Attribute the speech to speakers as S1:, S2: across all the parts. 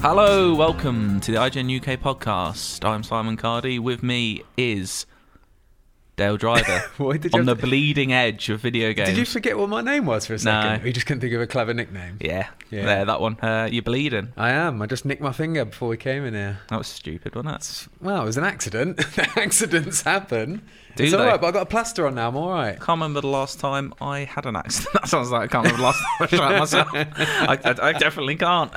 S1: Hello, welcome to the IGN UK podcast. I'm Simon Cardy. With me is Dale Driver
S2: Why did you
S1: on the
S2: have to-
S1: bleeding edge of video games.
S2: Did you forget what my name was for a second?
S1: No.
S2: Or you just couldn't think of a clever nickname?
S1: yeah,
S2: Yeah.
S1: there, that one. Uh, you're bleeding.
S2: I am. I just nicked my finger before we came in here.
S1: That was stupid, wasn't it?
S2: Well, it was an accident. Accidents happen.
S1: Do
S2: it's
S1: they?
S2: all right, but I've got a plaster on now. I'm all right.
S1: Can't remember the last time I had an accident. That sounds like I can't remember the last time I shot myself. I, I, I definitely can't.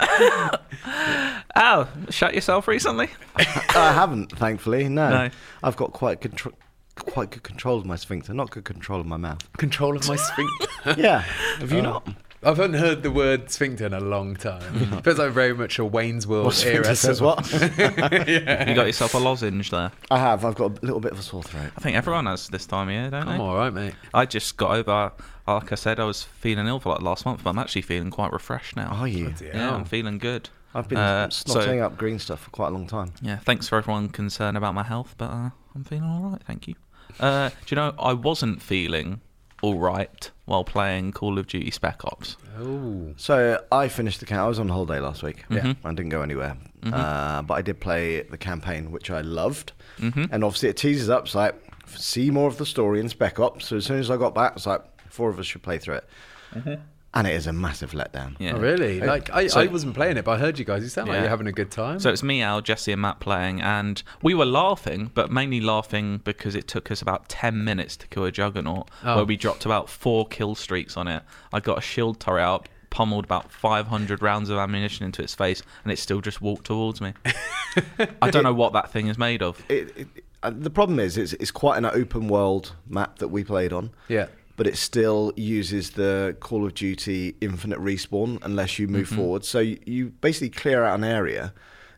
S1: Al, shot yourself recently?
S3: I haven't, thankfully. No,
S1: No.
S3: I've got quite contr- quite good control of my sphincter, not good control of my mouth.
S2: Control of my sphincter. Oh.
S3: Yeah, have you not?
S2: I haven't heard the word sphincter in a long time. Feels like very much a Wayne's World
S3: What
S2: era.
S3: sphincter says
S2: sort
S3: what?
S1: You got yourself a lozenge there.
S3: I have. I've got a little bit of a sore throat.
S1: I think everyone has this time of year, don't
S2: of-
S1: they?
S2: I'm all right, mate.
S1: I just got over. Like I said, I was feeling ill for like last month, but I'm actually feeling quite refreshed now.
S3: Are you?
S2: Bloody
S1: Yeah,
S2: hell.
S1: I'm feeling good.
S3: Oh, I've been
S1: Uh,
S3: snotting
S1: so-
S3: up green stuff for quite a long time.
S1: Yeah, thanks for everyone concerned about my health, but uh, I'm feeling all right. Thank you. Uh, do you know I wasn't feeling all right while playing Call of Duty Spec Ops?
S2: Oh,
S3: So I finished the campaign. I was on holiday last week.
S2: Yeah. Mhm.
S3: I didn't go anywhere, uh, but I did play the campaign, which I loved. And obviously, it teases up. It's like see more of the story in Spec Ops. So as soon as I got back, it's like four of us should play through it, and it is a massive letdown.
S1: Yeah.
S2: oh, really?
S3: Hey,
S2: Like I,
S3: so-
S2: I wasn't playing it, but I heard you guys. You sound
S1: Yeah.
S2: like you're having a good time.
S1: So it's me, Al, Jesse, and Matt playing, and we were laughing, but mainly laughing because it took us about 10 minutes to kill a juggernaut,
S2: Oh.
S1: where we dropped about four kill streaks on it. I got a shield turret out, pummeled about 500 rounds of ammunition into its face, and it still just walked towards me. I don't know what that thing is made of.
S3: it, it, uh, the problem is it's, it's quite an open world map that we played on.
S2: Yeah.
S3: But it still uses the Call of Duty infinite respawn unless you
S2: Mm-hmm.
S3: move forward. So you, you basically clear out an area,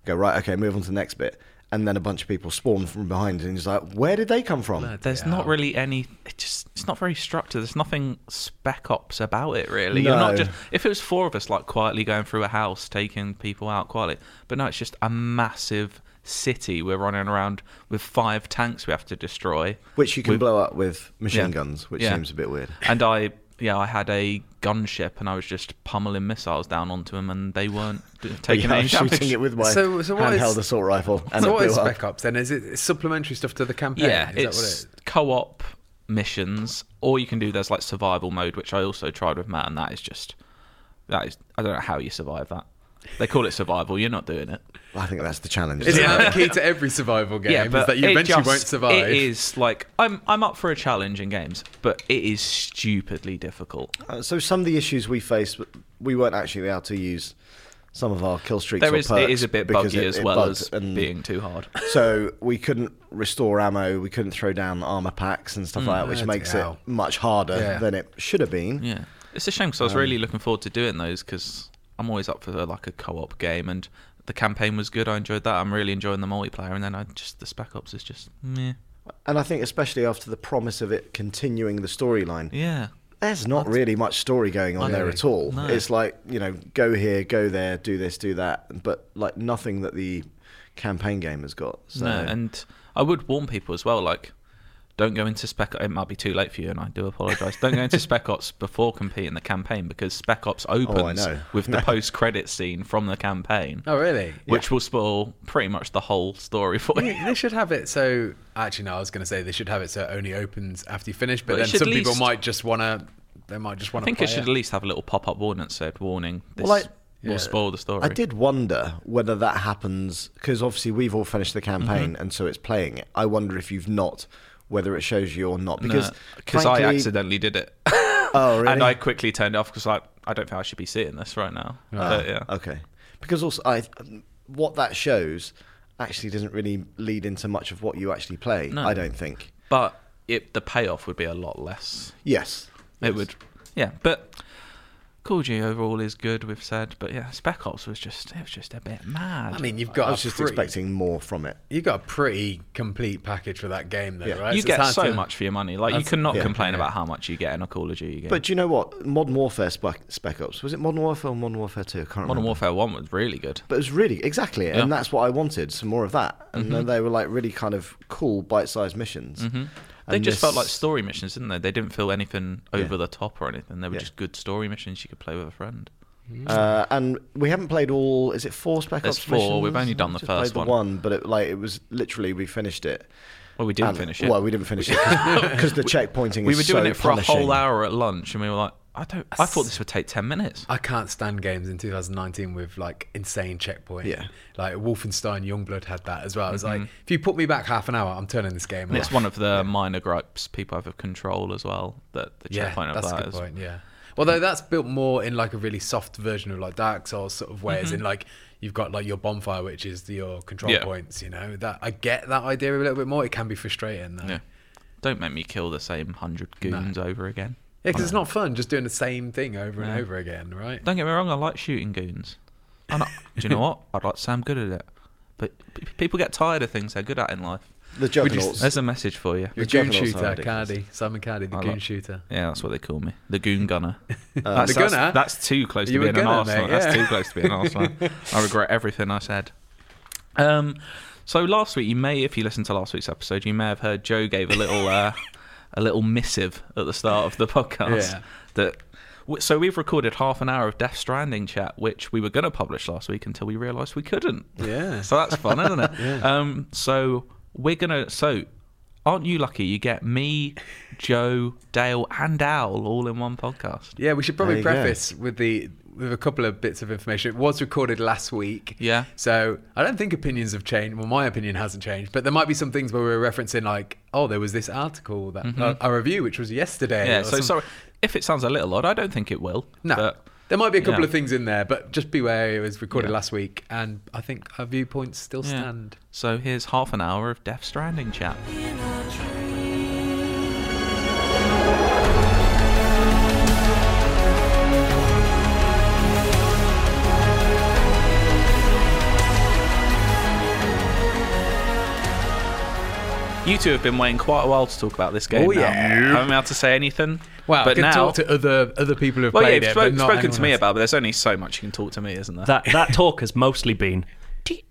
S3: go right, okay, move on to the next bit, and then a bunch of people spawn from behind, and it's like, where did they come from?
S1: There's not really any. It just it's not very structured. There's nothing spec ops about it really. You're not
S3: No.
S1: just if it was four of us like quietly going through a house, taking people out quietly. But no, it's just a massive city we're running around with five tanks we have to destroy.
S3: Which you can
S1: With-
S3: blow up with machine
S1: Yeah.
S3: guns, which
S1: Yeah.
S3: seems a bit weird.
S1: And I yeah I had a gunship and I was just pummeling missiles down onto them and they weren't d- taking
S3: Yeah,
S1: any
S3: I'm shooting
S1: damage.
S3: it with my
S2: So- so what is-
S3: handheld assault rifle, and
S2: so
S3: it
S2: what
S3: blew
S2: is
S3: up.
S2: Spec Ops then? Is it supplementary stuff to the campaign?
S1: Yeah, it's
S2: is that what it is?
S1: co-op missions, or you can do there's like survival mode, which I also tried with Matt, and that is just that is I don't know how you survive that. They call it survival. You're not doing it.
S3: I think that's the challenge.
S2: Isn't
S3: isn't it?
S2: that the key to every survival game?
S1: yeah, but
S2: is that you
S1: it
S2: eventually
S1: just-
S2: won't survive.
S1: It is like I'm I'm up for a challenge in games, but it is stupidly difficult.
S3: Uh, so some of the issues we faced, we weren't actually able to use some of our kill streaks.
S1: There
S3: or
S1: is
S3: perks
S1: it is a bit
S3: because
S1: buggy
S3: it-
S1: as
S3: it
S1: well
S3: bugged
S1: as
S3: and-
S1: being too hard.
S3: So we couldn't restore ammo, we couldn't throw down armor packs and stuff
S1: Mm.
S3: like that, which
S2: Bloody
S3: makes
S2: hell.
S3: it much harder
S2: Yeah.
S3: than it should have been.
S1: Yeah, it's a shame because I was really looking forward to doing those because I'm always up for like a co-op game, and the campaign was good. I enjoyed that. I'm really enjoying the multiplayer, and then I just the Spec Ops is just meh.
S3: And I think especially after the promise of it continuing the storyline,
S1: Yeah,
S3: there's not really much story going on there
S2: Really?
S3: at all.
S1: No.
S3: It's like you know, go here, go there, do this, do that, but like nothing that the campaign game has got. So.
S1: no, and I would warn people as well, like. Don't go into Spec It might be too late for you, and I do apologise. Don't go into Spec Ops before competing the campaign because Spec Ops opens
S3: know.
S1: with the post credit scene from the campaign,
S2: Oh, really?
S1: which will spoil pretty much the whole story for you.
S2: They should have it so. Actually, no. I was going to say they should have it so it only opens after you finish. But,
S1: But it
S2: then
S1: should
S2: some
S1: at
S2: people
S1: least-
S2: might just want to. They might just want
S1: I
S2: to.
S1: think
S2: play
S1: it should at least have a little pop up warning that said, "Warning, this
S3: Well, I-
S1: will
S2: Yeah.
S1: spoil the story."
S3: I did wonder whether that happens because obviously we've all finished the
S1: Mm-hmm.
S3: campaign and so it's playing it. I wonder if you've not, whether it shows you or not. Because
S1: because uh, I
S3: frankly-
S1: accidentally did it,
S3: Oh, really?
S1: and I quickly turned it off because I I don't think I should be seeing this right now.
S2: Ah.
S1: But, yeah,
S3: Ah,
S2: Uh,
S3: Okay. Because also, I what that shows actually doesn't really lead into much of what you actually play, I don't think.
S1: but it, the payoff would be a lot less.
S3: Yes.
S1: It would. Yeah, but Call of Duty overall is good. We've said, but yeah, Spec Ops was just it was just a bit mad.
S2: I mean, you've got.
S3: I
S2: a
S1: Uh,
S3: was just
S2: pretty-
S3: expecting more from it.
S2: You got a pretty complete package for that game, though,
S3: Yeah.
S2: right?
S1: you
S2: So it's
S1: get
S2: hard
S1: so
S2: to-
S1: much for your money. Like you cannot
S3: yeah,
S1: complain
S2: yeah.
S1: about how much you get in a Call of Duty game.
S3: But do you know what? Modern Warfare spec, spec Ops was it Modern Warfare or Modern Warfare Two? I can't
S1: Modern
S3: remember.
S1: Warfare One was really good.
S3: But it was really exactly, it. and
S1: Yeah. Mm-hmm.
S3: that's what I wanted. Some more of that, and then they were like really kind of cool, bite-sized missions.
S1: They
S3: And
S1: just felt
S3: this-
S1: like story missions, didn't they? They didn't feel anything over the top or anything. They were
S3: Yeah.
S1: just good story missions you could play with a friend.
S3: Uh, and we haven't played all. Is it four Spec
S1: There's
S3: Ops
S1: four, we've
S3: missions?
S1: only done the
S3: Just
S1: first one.
S3: played The one, but it, like it was literally we finished it.
S1: Well, we didn't
S3: And-
S1: finish it.
S3: Well, we didn't finish it because the checkpointing.
S1: we
S3: is
S1: were doing
S3: so
S1: it for
S3: punishing.
S1: a whole hour at lunch, and we were like, I don't. I thought this would take ten minutes.
S2: I can't stand games in 2019 with like insane checkpoint.
S3: Yeah.
S2: Like Wolfenstein Youngblood had that as well. It was
S1: Mm-hmm.
S2: like, if you put me back half an hour, I'm turning this game
S1: And
S2: off.
S1: it's one of the minor gripes people have of control as well. That the
S2: yeah,
S1: checkpoint
S2: that's
S1: of
S2: a
S1: that
S2: good
S1: is.
S2: point. Yeah. Although that's built more in like a really soft version of like Dark Souls sort of way, as in like you've got like your bonfire, which is your control
S1: Yeah.
S2: points. You know that I get that idea a little bit more. It can be frustrating though.
S1: Yeah. Don't make me kill the same hundred goons over again.
S2: Yeah, because it's not fun just doing the same thing over and over again, right?
S1: Don't get me wrong, I like shooting goons. And I, do you know what? I'd like to say I'm good at it. But p- people get tired of things they're good at in life.
S3: The juggernauts.
S1: There's a message for you.
S2: The
S3: The
S2: goon
S3: Juggernaut's
S2: shooter,
S3: are ridiculous.
S2: Cardi, Simon Cardi, the
S1: I
S2: goon
S1: like-
S2: shooter.
S1: Yeah, that's what they call me. The goon gunner. that's,
S2: Uh, The
S1: that's-
S2: gunner?
S1: That's too close
S2: You
S1: to
S2: were
S1: being an
S2: gunner,
S1: Arsenal.
S2: mate,
S1: That's
S2: yeah.
S1: too close to being an Arsenal. I regret everything I said. Um, so last week, you may, if you listened to last week's episode, you may have heard Joe gave a little, uh, a little missive at the start of the podcast.
S2: Yeah.
S1: That. w- So we've recorded half an hour of Death Stranding chat, which we were going to publish last week until we realised we couldn't.
S2: Yeah.
S1: So that's fun, isn't it? Um, so we're gonna. So aren't you lucky? You get me, Joe, Dale, and Owl all in one podcast.
S2: Yeah, we should probably
S3: There you go.
S2: preface with the with a couple of bits of information. It was recorded last week.
S1: Yeah.
S2: So I don't think opinions have changed. Well, my opinion hasn't changed, but there might be some things where we were referencing like, oh, there was this article that uh, a review which was yesterday.
S1: Mm-hmm. Yeah.
S2: or
S1: So
S2: some-
S1: sorry if it sounds a little odd. I don't think it will.
S2: No.
S1: but
S2: there might be a couple
S1: yeah.
S2: of things in there, but just beware. It was recorded
S1: Yeah.
S2: last week, and I think our viewpoints still
S1: yeah.
S2: stand.
S1: So here's half an hour of Death Stranding chat. You two have been waiting quite a while to talk about this game.
S2: Oh,
S1: now.
S2: yeah.
S1: I haven't been able to say anything.
S2: Wow,
S1: but
S2: good
S1: now,
S2: talk to other other people who've
S1: well, yeah,
S2: played
S1: you've
S2: it,
S1: spoke-
S2: but not
S1: spoken to
S2: anyone
S1: me
S2: else.
S1: about, it, but there's only so much you can talk to me, isn't there?
S4: That that talk has mostly been. Do you,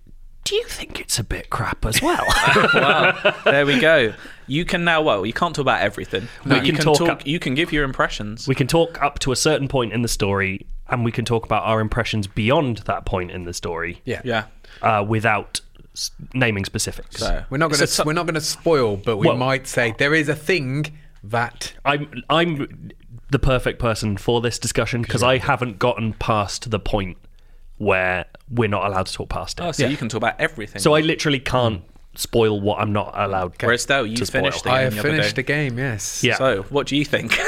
S4: do you think it's a bit crap as well?
S1: wow. There we go. You can now. Well, you can't talk about everything. but
S4: we
S1: you
S4: can
S1: can talk.
S4: talk-
S1: you can give your impressions.
S4: we can talk up to a certain point in the story, and we can talk about our impressions beyond that point in the story.
S2: Yeah.
S1: yeah.
S4: Uh, without s- naming specifics.
S1: So
S2: We're not going to
S4: So-
S2: we're not going to spoil, but we
S4: Well-
S2: might say there is a thing that
S4: I'm I'm the perfect person for this discussion because I haven't gotten past the point where we're not allowed to talk past it.
S1: Oh, so you can talk about everything.
S4: so I literally can't spoil what I'm not allowed.
S1: Whereas though you
S4: to spoil.
S1: finished the game
S2: I have
S1: the other
S2: finished
S1: day.
S2: the game. Yes.
S4: Yeah.
S1: So what do you think?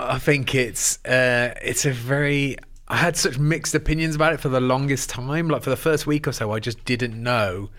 S2: I think it's uh, it's a very. I had such mixed opinions about it for the longest time. Like for the first week or so, I just didn't know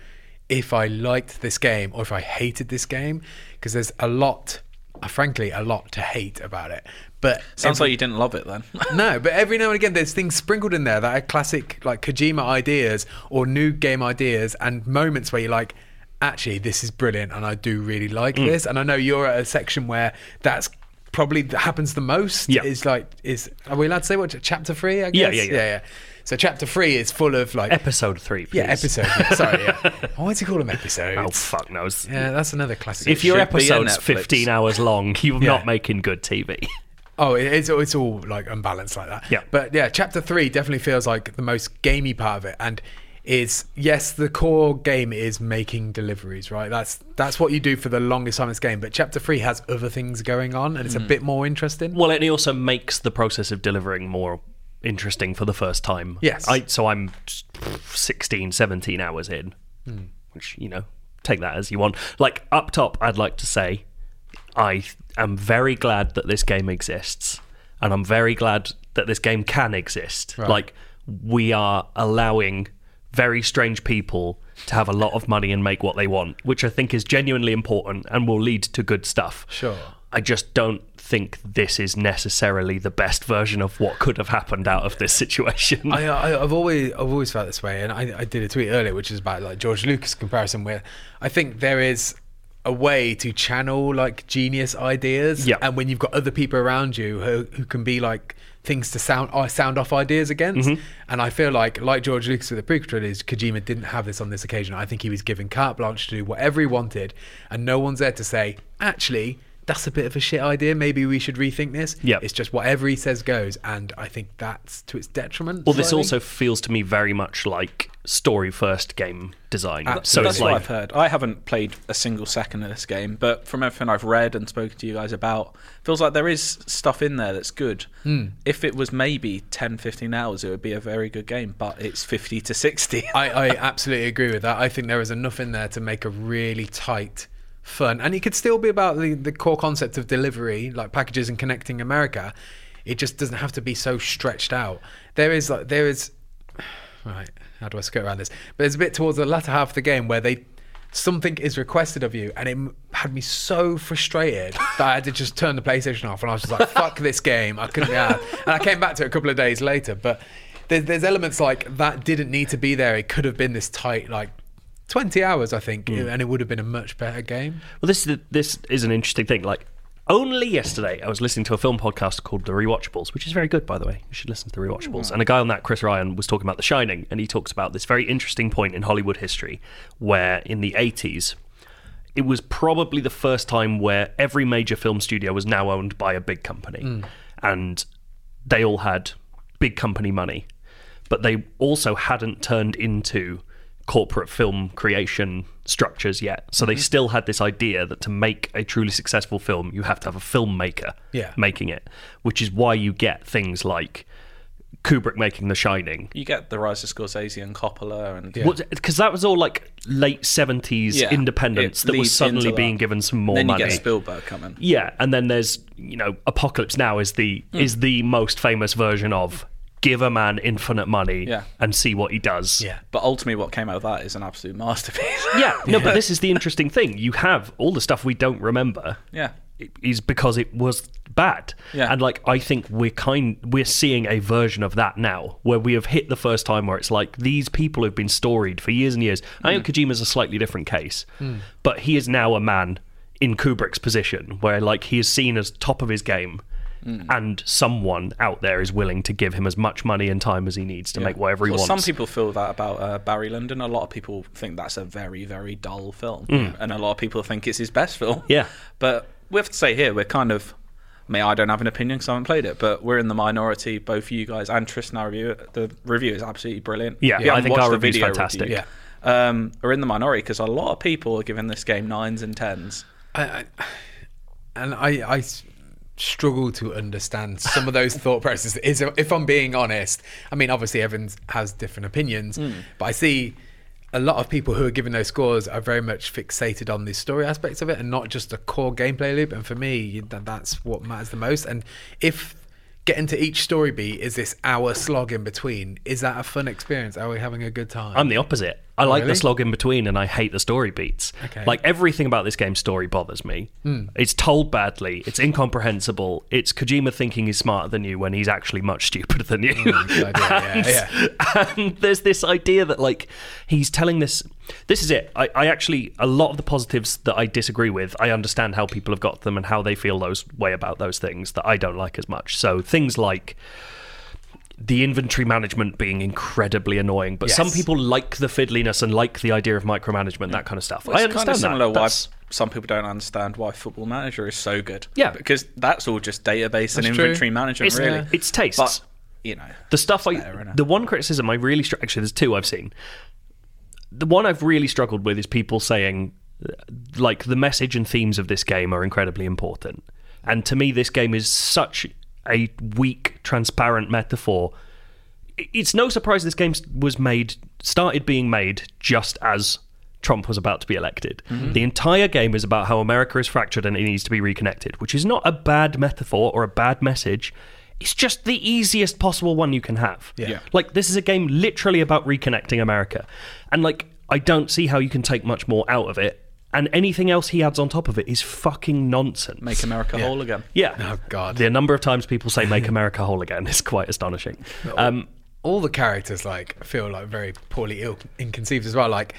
S2: if I liked this game or if I hated this game because there's a lot, uh, frankly, a lot to hate about it. But
S1: Sounds like you didn't love it then.
S2: no, but every now and again, there's things sprinkled in there that are classic, like Kojima ideas or new game ideas, and moments where you're like, actually, this is brilliant, and I do really like
S4: Mm.
S2: this. And I know you're at a section where that's probably that happens the most.
S4: Yeah.
S2: is like, is are we allowed to say what chapter three? I
S4: Yeah,
S2: guess.
S4: yeah, yeah.
S2: So chapter three is full of like,
S4: Episode three. Please.
S2: yeah, episode. yeah, Sorry, yeah. Why do you call them episodes?
S4: Oh fuck knows.
S2: yeah, that's another classic.
S4: If your
S1: should be a
S4: episode's
S1: Netflix.
S4: 15 hours long, you're
S2: Yeah.
S4: not making good TV.
S2: Oh, it- it's it's all like unbalanced like that.
S4: Yeah.
S2: But yeah, chapter three definitely feels like the most gamey part of it, and is yes, the core game is making deliveries, right? That's that's what you do for the longest time in this game. But chapter three has other things going on, and it's a bit more interesting.
S4: Well, and it also makes the process of delivering more interesting for the first time.
S2: Yes.
S4: I, so I'm 16, 17 hours in,
S2: Hmm.
S4: which, you know, take that as you want. Like, up top, I'd like to say I am very glad that this game exists, and I'm very glad that this game can exist. Like, we are allowing very strange people to have a lot of money and make what they want, which I think is genuinely important and will lead to good stuff.
S2: Sure.
S4: I just don't think this is necessarily the best version of what could have happened out of this situation.
S2: I, I, I've always I've always felt this way, and I, I did a tweet earlier, which is about like George Lucas comparison, where I think there is a way to channel like genius ideas,
S4: Yeah.
S2: and when you've got other people around you who, who can be like things to sound uh, sound off ideas against,
S4: Mm-hmm.
S2: and I feel like like George Lucas with the prequel trilogy, Kojima didn't have this on this occasion. I think he was given carte blanche to do whatever he wanted, and no one's there to say actually. That's a bit of a shit idea. Maybe we should rethink this.
S4: Yeah.
S2: It's just whatever he says goes, and I think that's to its detriment.
S4: well, this
S2: slightly.
S4: also feels to me very much like story first game design. So
S2: Absolutely.
S4: it's
S1: Uh, That's what
S4: like
S1: I've heard. I haven't played a single second of this game, but from everything I've read and spoken to you guys about, feels like there is stuff in there that's good. If it was maybe 10, 15 hours, it would be a very good game, but it's 50 to 60.
S2: I, I absolutely agree with that. I think there is enough in there to make a really tight, fun, and it could still be about the, the core concept of delivery, like packages and connecting America. It just doesn't have to be so stretched out. There is like there is, right? How do I skirt around this? But there's a bit towards the latter half of the game where they something is requested of you, and it m- had me so frustrated that I had to just turn the PlayStation off, and I was just like, "Fuck this game!" I couldn't be out. And I came back to it a couple of days later, but there's, there's elements like that didn't need to be there. It could have been this tight, like 20 hours, I think, and it would have been a much better game.
S4: Well, this is this is an interesting thing. Like, only yesterday I was listening to a film podcast called The Rewatchables, which is very good, by the way. You should listen to The Rewatchables.
S1: Hmm.
S4: And a guy on that, Chris Ryan, was talking about The Shining, and he talks about this very interesting point in Hollywood history where in the 80s, it was probably the first time where every major film studio was now owned by a big company.
S1: Hmm.
S4: And they all had big company money, but they also hadn't turned into corporate film creation structures yet. So
S1: Mm-hmm.
S4: they still had this idea that to make a truly successful film, you have to have a filmmaker
S2: Yeah.
S4: making it, which is why you get things like Kubrick making The Shining.
S1: you get the rise of Scorsese and Coppola and
S4: Because that was all like late 70s
S1: Yeah.
S4: independence
S1: It
S4: that was
S1: leads into
S4: suddenly
S1: that.
S4: being given some more
S1: then you
S4: money.
S1: get Spielberg coming.
S4: Yeah, and then there's you know Apocalypse Now is the is the most famous version of give a man infinite money
S1: Yeah.
S4: and see what he does.
S2: Yeah.
S1: But ultimately, what came out of that is an absolute masterpiece.
S4: Yeah, no, but this is the interesting thing. You have all the stuff we don't remember.
S1: yeah.
S4: i- Is because it was bad,
S1: Yeah.
S4: and like I think we're kind we're seeing a version of that now, where we have hit the first time where it's like these people have been storied for years and years. I
S1: Hmm.
S4: think Kojima's a slightly different case, but he is now a man in Kubrick's position, where like he is seen as top of his game,
S1: Hmm.
S4: and someone out there is willing to give him as much money and time as he needs to make whatever he
S1: Well,
S4: wants.
S1: Some people feel that about uh, Barry Lyndon. A lot of people think that's a very, very dull film, and a lot of people think it's his best film.
S4: Hmm. Yeah.
S1: but we have to say here we're kind of. I mean, I don't have an opinion because I haven't played it, but we're in the minority. Both you guys and Tristan, our review, the review is absolutely brilliant.
S4: Yeah,
S1: You
S4: I
S1: haven't
S4: think
S1: watched
S4: our
S1: the
S4: review's
S1: video
S4: fantastic.
S1: review.
S2: Yeah.
S1: Um, are in the minority because a lot of people are giving this game nines and tens.
S2: I, I, and I, I s- struggle to understand some of those thought processes. Is if I'm being honest, I mean, obviously everyone has different opinions, but I see a lot of people who are giving those scores are very much fixated on the story aspects of it and not just the core gameplay loop. And for me, you- that, that's what matters the most. And if getting to each story beat is this hour slog in between, is that a fun experience? Are we having a good time?
S4: I'm the opposite. I like
S2: really?
S4: the slog in between and I hate the story beats.
S2: Okay. Hmm.
S4: Like everything about this game's story bothers me. It's told badly, it's incomprehensible, it's Kojima thinking he's smarter than you when he's actually much stupider than you.
S2: idea, yeah,
S4: and, and there's this idea that like he's telling this this is it. I, I actually a lot of the positives that I disagree with, I understand how people have got them and how they feel those way about those things that I don't like as much. So things like the inventory management being incredibly annoying, but some people like the fiddliness and like the idea of micromanagement, that kind of stuff. I
S1: It's
S4: understand
S1: kind of
S4: that.
S1: similar why
S4: That's-
S1: some people don't understand why Football Manager is so good.
S4: Yeah.
S1: because that's all just database and
S2: That's true.
S1: inventory management,
S4: It's-
S1: really.
S4: yeah. it's tastes.
S1: But you know,
S4: the stuff I,
S1: fair, innit?
S4: the one criticism I really str- actually there's two I've seen. The one I've really struggled with is people saying uh, like the message and themes of this game are incredibly important, and to me this game is such a weak, transparent metaphor. I- It's no surprise this game s- was made, started being made just as Trump was about to be elected. The entire game is about how America is fractured and it needs to be reconnected, which is not a bad metaphor or a bad message. It's just the easiest possible one you can have.
S1: Yeah.
S4: Like this is a game literally about reconnecting America. And like I don't see how you can take much more out of it and anything else he adds on top of it is fucking nonsense.
S1: Make America whole again.
S4: yeah.
S2: Oh, God.
S4: The number of times people say "Make America Whole Again" is quite astonishing. Um,
S2: all the characters like feel like very poorly ill inconceived as well like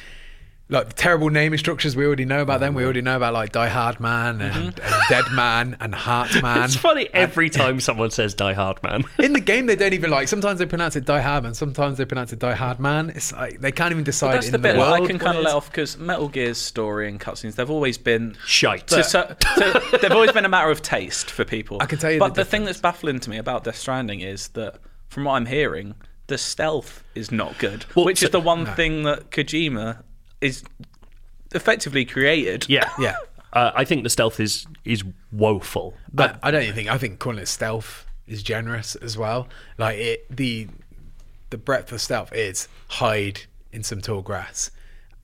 S2: like the terrible naming structures we already know about them
S1: Mm-hmm.
S2: we already know about like die hard man and, and dead man and heart man
S4: it's funny every time someone says "Die Hard Man."
S2: in the game they don't even like sometimes they pronounce it die hard man sometimes they pronounce it die hard man it's like they can't even decide
S1: That's
S2: in
S1: the bit that
S2: world
S1: I can kind of let off because Metal Gear's story and cutscenes, they've always been
S4: Shite.
S1: To, so, to, they've always been a matter of taste for people. I
S2: can tell you
S1: But the,
S2: the
S1: thing that's baffling to me about Death Stranding is that, from what I'm hearing, the stealth is not good, which
S4: so-
S1: is the one thing that Kojima is effectively created.
S4: Yeah,
S2: Yeah.
S4: Uh, I think the stealth is is woeful.
S2: but I, I don't even think I think calling it stealth is generous as well. Like it, the the breadth of stealth is hide in some tall grass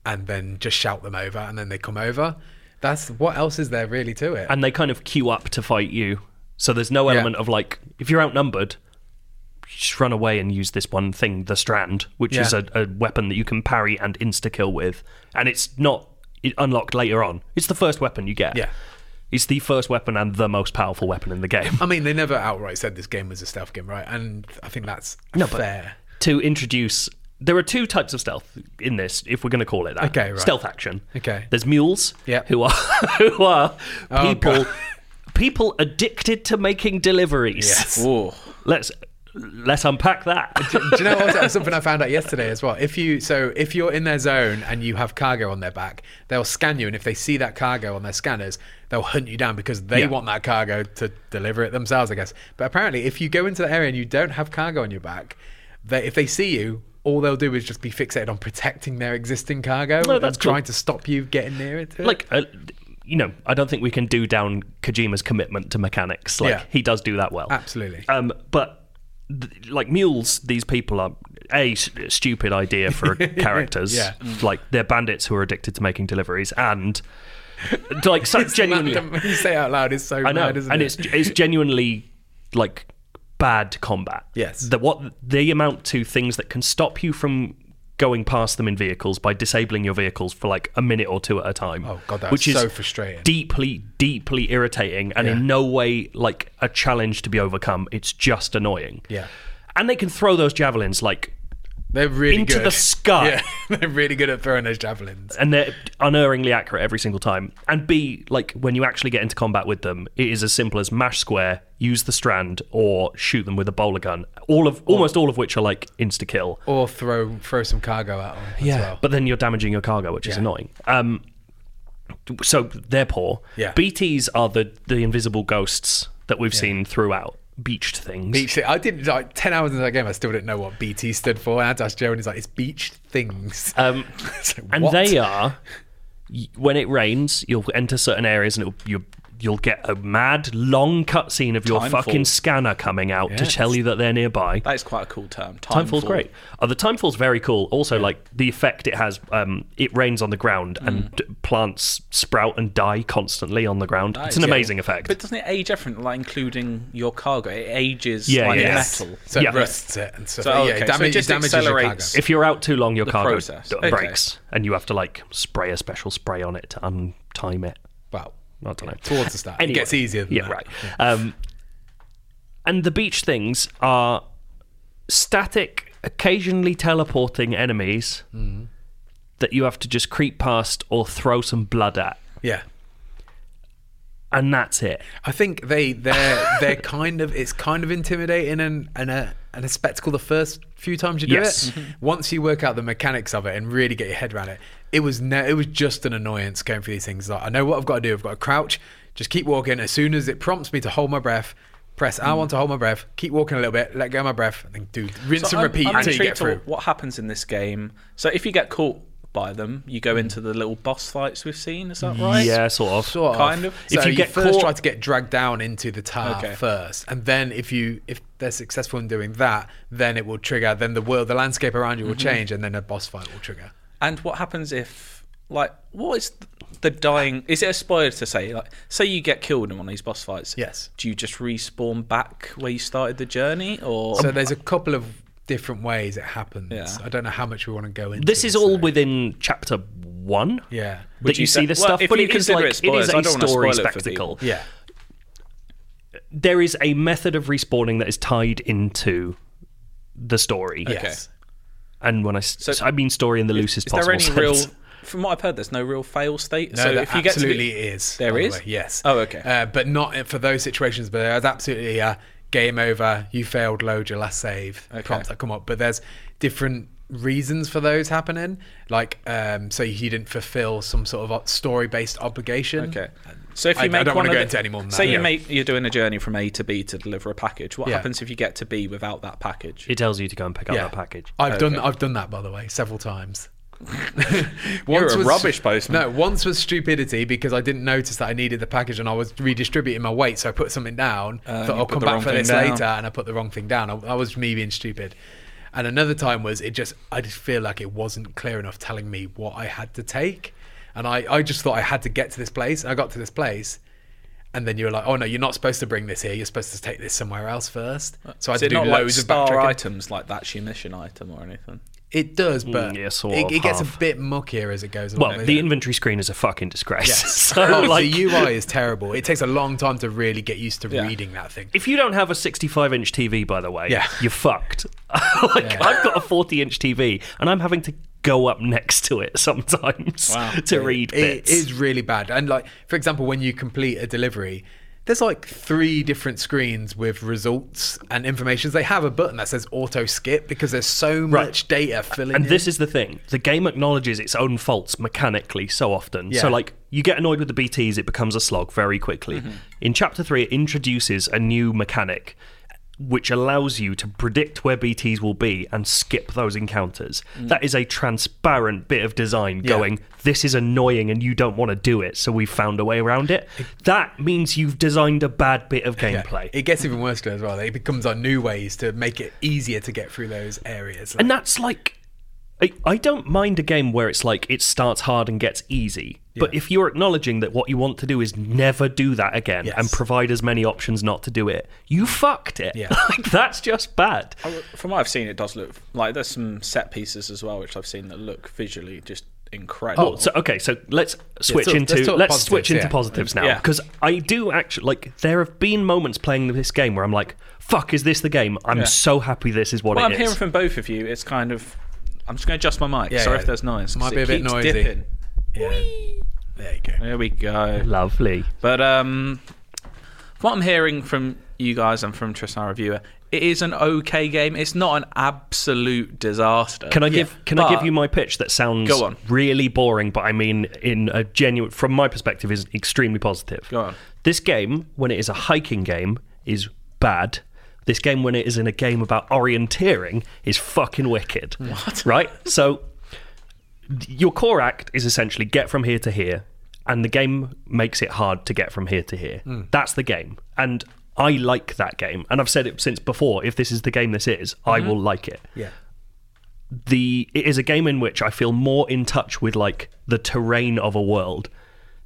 S2: and then just shout them over, and then they come over. That's what else is there really to it?
S4: and they kind of queue up to fight you. So there's no element of like if you're outnumbered, just run away and use this one thing, the strand, which is
S2: Yeah.
S4: a, a weapon that you can parry and insta kill with, and it's not it unlocked later on. It's the first weapon you get.
S2: Yeah.
S4: It's the first weapon and the most powerful weapon in the game.
S2: I mean, they never outright said this game was a stealth game, right? And I think that's fair.
S4: To introduce, there are two types of stealth in this, if we're going to call it that.
S2: Okay, right.
S4: Stealth action.
S2: Okay.
S4: There's mules.
S2: Yeah.
S4: Who are who are
S2: Oh,
S4: people
S2: God.
S4: people addicted to making deliveries.
S2: Yes.
S1: Ooh.
S4: let's let's unpack that.
S2: Do you know what? else- Something I found out yesterday as well. If you so if you're in their zone and you have cargo on their back, they'll scan you, and if they see that cargo on their scanners, they'll hunt you down because they
S4: Yeah.
S2: want that cargo to deliver it themselves, I guess. But apparently, if you go into the area and you don't have cargo on your back, they, if they see you, all they'll do is just be fixated on protecting their existing cargo
S4: No,
S2: and
S4: that's cool.
S2: trying to stop you getting near it.
S4: like, uh, you know, I don't think we can do down Kojima's commitment to mechanics. Like,
S2: Yeah.
S4: he does do that well.
S2: absolutely.
S4: Um, but th- like mules, these people are a s- stupid idea for characters.
S2: Yeah. Mm.
S4: Like they're bandits who are addicted to making deliveries and like so genuinely.
S2: When you say it out loud is so
S4: I know,
S2: mad, isn't
S4: and
S2: it?
S4: it's it's genuinely like bad combat.
S2: Yes.
S4: the what they amount to things that can stop you from going past them in vehicles by disabling your vehicles for like a minute or two at a time.
S2: Oh, God, that's
S4: which is
S2: so frustrating.
S4: Deeply, deeply irritating, and in no way like a challenge to be overcome. It's just annoying.
S2: Yeah.
S4: and they can throw those javelins like
S2: they're really
S4: into
S2: good.
S4: the sky.
S2: Yeah, they're really good at throwing those javelins.
S4: and they're unerringly accurate every single time. And B, like when you actually get into combat with them, it is as simple as mash square, use the strand, or shoot them with a bowler gun. All of almost all of which are like insta kill.
S2: or throw throw some cargo at them as well.
S4: But then you're damaging your cargo, which is annoying. Um, so they're poor.
S2: Yeah.
S4: BTs are the the invisible ghosts that we've seen throughout beached things.
S2: Beach I did like ten hours into that game. I still didn't know what BT stood for. And I had to ask Joe, and he's like, "It's beach things."
S4: Um,
S2: It's like,
S4: and
S2: what?
S4: they are y- when it rains you'll enter certain areas and it'll, you you'll get a mad long cutscene of your
S1: Timefall.
S4: fucking scanner coming out to tell you that they're nearby
S1: That is quite a cool term. Time
S4: timefall's great oh, the timefall's very cool also like the effect it has um, it rains on the ground
S1: Mm.
S4: and d- plants sprout and die constantly on the ground it's an
S1: Nice.
S4: amazing effect
S1: But doesn't it age different, like including your cargo? It ages
S4: Yeah,
S1: like
S4: yeah.
S1: metal.
S2: so
S4: yeah.
S2: it rusts it and stuff.
S1: So,
S2: yeah,
S1: okay,
S2: it
S1: so
S2: damage,
S1: it just
S2: it damages your cargo.
S1: accelerates-
S4: if you're out too long your cargo
S1: process.
S4: d-
S1: Okay.
S4: breaks and you have to like spray a special spray on it to untime it
S2: Well,
S4: I don't know.
S2: towards the start,
S4: Anyway.
S2: it gets easier. Than
S4: yeah,
S2: that.
S4: right. Um, and the beach things are static, occasionally teleporting enemies
S1: Mm-hmm.
S4: that you have to just creep past or throw some blood at,
S2: Yeah,
S4: and that's it.
S2: I think they they're they're kind of it's kind of intimidating and and a and a spectacle the first few times you do
S4: Yes.
S2: it. Once you work out the mechanics of it and really get your head around it, it was ne- it was just an annoyance going through these things. Like I know what I've got to do. I've got to crouch, just keep walking. As soon as it prompts me to hold my breath. Press I
S1: Mm.
S2: want to hold my breath, keep walking a little bit, let go of my breath, and then do rinse and
S1: I'm-
S2: repeat
S1: I'm
S2: until you
S1: intrigued
S2: get
S1: to
S2: through.
S1: What happens in this game? So if you get caught by them, you go into the little boss fights we've seen. Is that right?
S4: Yeah, sort of.
S2: Sort
S1: Kind of.
S2: So
S4: If you
S2: you,
S4: get
S2: first
S4: caught-
S2: try to get dragged down into the tar
S1: Okay.
S2: first, and then if you if they're successful in doing that, then it will trigger. Then the world, the landscape around you
S4: Mm-hmm.
S2: will change, and then a boss fight will trigger.
S1: And what happens if, like, what is the dying? Is it a spoiler to say, like, say you get killed in one of these boss fights?
S2: Yes.
S1: Do you just respawn back where you started the journey, or
S2: So there's a couple of different ways it happens.
S1: Yeah.
S2: I don't know how much we want to go into.
S4: This is all
S2: so-
S4: within chapter one.
S2: Yeah.
S4: That you, see
S1: say-
S4: this
S1: well,
S4: stuff,
S1: if
S4: but
S1: you
S4: it is
S1: consider
S4: like
S1: it spoilers,
S4: it
S1: I
S4: is a
S1: don't wanna
S4: story
S1: spoil it for
S4: spectacle.
S1: people.
S2: Yeah.
S4: There is a method of respawning that is tied into the story.
S2: Yes.
S4: And when I, s- I mean story in the loosest
S1: Is there
S4: possible
S1: any
S4: sense.
S1: real? From what I've heard, there's no real fail state.
S2: No,
S1: so
S2: there
S1: if you
S2: absolutely
S1: get to the-
S2: is.
S1: There
S2: by the
S1: is?
S2: way, yes.
S1: Oh, okay.
S2: Uh, but not for those situations. But there's absolutely a game over. You failed. Load your last save. Prompts that come up. But there's different reasons for those happening. Like, um, so you didn't fulfill some sort of story-based obligation.
S1: Okay. So if you
S2: I- I
S1: make
S2: don't
S1: one
S2: wanna
S1: of
S2: go
S1: the-
S2: into any more than that.
S1: say
S2: Yeah.
S1: you make you're doing a journey from A to B to deliver a package. What
S2: Yeah.
S1: happens if you get to B without that package?
S4: It tells you to go and pick up that package.
S2: I've done. I've done that by the way several times.
S1: You're
S2: Once
S1: a
S2: was-
S1: rubbish postman.
S2: No, once was stupidity because I didn't notice that I needed the package and I was redistributing my weight, so I put something down. thought
S1: Uh, you
S2: I'll
S1: put
S2: come
S1: the
S2: back
S1: wrong
S2: for
S1: thing
S2: this
S1: down.
S2: later, and I put the wrong thing down. I, that was me being stupid. And another time was it just I just feel like it wasn't clear enough telling me what I had to take, and I I just thought I had to get to this place. I got to this place. And then you were like, "Oh no, you're not supposed to bring this here. You're supposed to take this somewhere else first. So
S1: Uh,
S2: I had
S1: Is it
S2: to do
S1: not like
S2: loads
S1: star
S2: of backtracking.
S1: items like that's your mission item or anything?
S2: It does, but
S4: Mm, yeah, sort
S2: it,
S4: of,
S2: it gets
S4: half.
S2: a bit muckier as it goes along.
S4: Well,
S2: doesn't
S4: the
S2: it?
S4: inventory screen is a fucking disgrace.
S2: Yes.
S4: so,
S2: Oh,
S4: like,
S2: the UI is terrible. It takes a long time to really get used to
S1: Yeah.
S2: reading that thing.
S4: if you don't have a 65 inch TV, by the way,
S2: Yeah.
S4: you're fucked. like, I've got a 40 inch TV and I'm having to go up next to it sometimes
S1: Wow.
S4: to read
S2: It
S4: bits.
S2: is really bad. And like, for example, when you complete a delivery, there's like three different screens with results and information. They have a button that says auto skip because there's so much data filling.
S4: and
S2: in.
S4: this is the thing the game acknowledges its own faults mechanically so often. So,
S2: Yeah.
S4: like, you get annoyed with the BTs, it becomes a slog very quickly.
S2: Mm-hmm.
S4: In chapter three, it introduces a new mechanic which allows you to predict where BTs will be and skip those encounters.
S2: Mm.
S4: That is a transparent bit of design going, this is annoying and you don't want to do it, so we've found a way around it. That means you've designed a bad bit of
S2: Yeah.
S4: gameplay.
S2: It gets even worse as well. It becomes our new ways to make it easier to get through those areas.
S4: And that's like, I, I don't mind a game where it's like it starts hard and gets easy. But if you're acknowledging that what you want to do is never do that again and
S2: Yes.
S4: provide as many options not to do it, you fucked it.
S2: Yeah.
S4: like, that's just bad.
S1: Oh, From what I've seen, it does look like there's some set pieces as well, which I've seen that look visually just
S2: Oh,
S1: incredible.
S4: So okay, so let's switch
S2: so let's
S4: into let's,
S2: talk
S4: switch
S2: positives,
S4: into
S2: yeah.
S4: positives now
S1: Yeah.
S4: because I do actually like there have been moments playing this game where I'm like, "Fuck, is this the game?" I'm so happy this is what
S1: Well,
S4: it
S1: I'm
S4: is.
S1: hearing from both of you. It's kind of. I'm just going to adjust my mic.
S2: Yeah,
S1: Sorry
S2: yeah.
S1: if there's noise. 'cause
S2: Might be
S1: it
S2: a bit
S1: keeps
S2: noisy.
S1: dipping.
S2: Yeah. There you go.
S1: There we go.
S4: Lovely.
S1: But um, what I'm hearing from you guys and from Tristan, our reviewer, it is an okay game. It's not an absolute disaster.
S4: Can I give Can I give
S1: But-
S4: you my pitch that sounds
S1: Go on.
S4: really boring, but I mean in a genuine from my perspective is extremely positive.
S1: Go on.
S4: This game, when it is a hiking game, is bad. This game, when it is in a game about orienteering, is fucking wicked. What? Right? So your core act is essentially get from here to here, and the game makes it hard to get from here to here.
S1: Hmm.
S4: That's the game. And I like that game. And I've said it since before, if this is the game this is,
S1: Mm-hmm.
S4: I will like it
S2: Yeah.
S4: the it is a game in which I feel more in touch with like the terrain of a world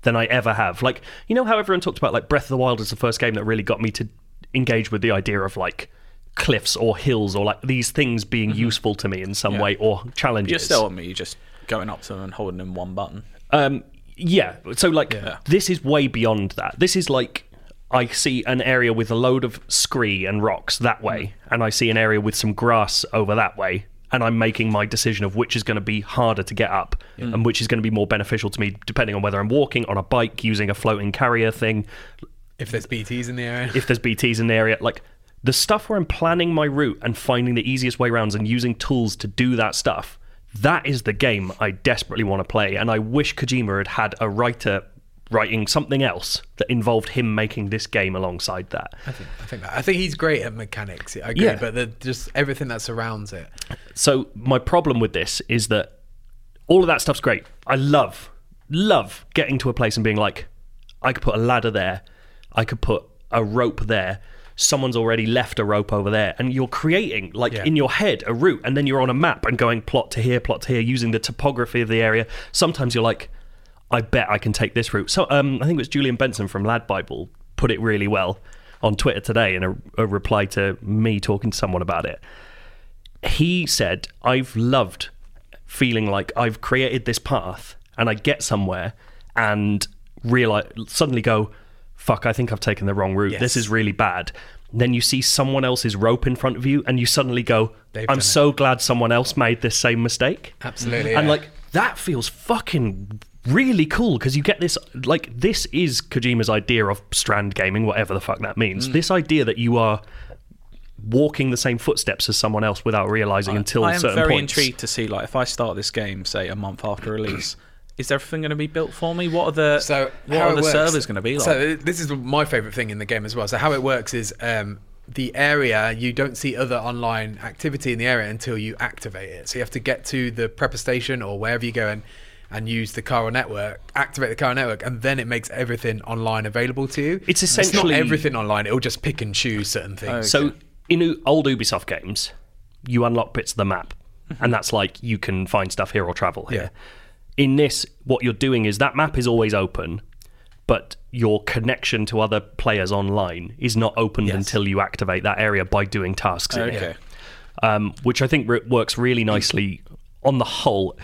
S4: than I ever have. Like you know how everyone talked about like Breath of the Wild is the first game that really got me to engage with the idea of like cliffs or hills or like these things being useful to me in some way or challenges.
S1: Mm-hmm. You're still on me. You're just going up to them and holding them one button.
S4: Um, yeah. So like, this is way beyond that. This is like, I see an area with a load of scree and rocks that way, and I see an area with some grass over that way, and I'm making my decision of which is going to be harder to get up and which is going to be more beneficial to me, depending on whether I'm walking on a bike, using a floating carrier thing,
S2: If there's BTs in the area.
S4: if there's BTs in the area, like. The stuff where I'm planning my route and finding the easiest way rounds and using tools to do that stuff, that is the game I desperately want to play. And I wish Kojima had had a writer writing something else that involved him making this game alongside that.
S2: I think that, I think he's great at mechanics. I agree,
S4: Yeah.
S2: but the, just everything that surrounds it.
S4: So my problem with this is that all of that stuff's great. I love, love getting to a place and being like, I could put a ladder there, I could put a rope there. Someone's already left a rope over there, and you're creating like
S2: Yeah.
S4: in your head a route, and then you're on a map and going plot to here, plot to here, using the topography of the area. Sometimes you're like, I bet I can take this route. So um, I think it was Julian Benson from Lad Bible put it really well on Twitter today in a, a reply to me talking to someone about it he said, I've loved feeling like I've created this path and I get somewhere and realize suddenly go, fuck, I think I've taken the wrong route. This is really bad. Then you see someone else's rope in front of you, and you suddenly go,
S2: They've done
S4: I'm
S2: it.
S4: so glad someone else made this same mistake.
S2: Absolutely,
S4: And
S2: yeah.
S4: like that feels fucking really cool because you get this like this is Kojima's idea of strand gaming, whatever the fuck that means.
S1: Mm.
S4: This idea that you are walking the same footsteps as someone else without realizing until
S1: I am
S4: certain
S1: very
S4: points.
S1: intrigued to see, like, if I start this game, say, a month after release, is everything going to be built for me? What are the
S2: So
S1: what
S2: how
S1: are
S2: it
S1: the
S2: works-
S1: servers going to be like?
S2: So this is my favorite thing in the game as well. So how it works is um, the area you don't see other online activity in the area until you activate it. So you have to get to the prepper station or wherever you go and and use the Chiral network, activate the Chiral network, and then it makes everything online available to you.
S4: It's
S2: it's
S4: essentially-
S2: not everything online. It'll just pick and choose certain things.
S4: So in u- old Ubisoft games, you unlock bits of the map, and that's like you can find stuff here or travel here. In this, what you're doing is that map is always open, but your connection to other players online is not opened until you activate that area by doing tasks. in it
S1: Okay.
S4: um, which I think re- works really nicely on the whole.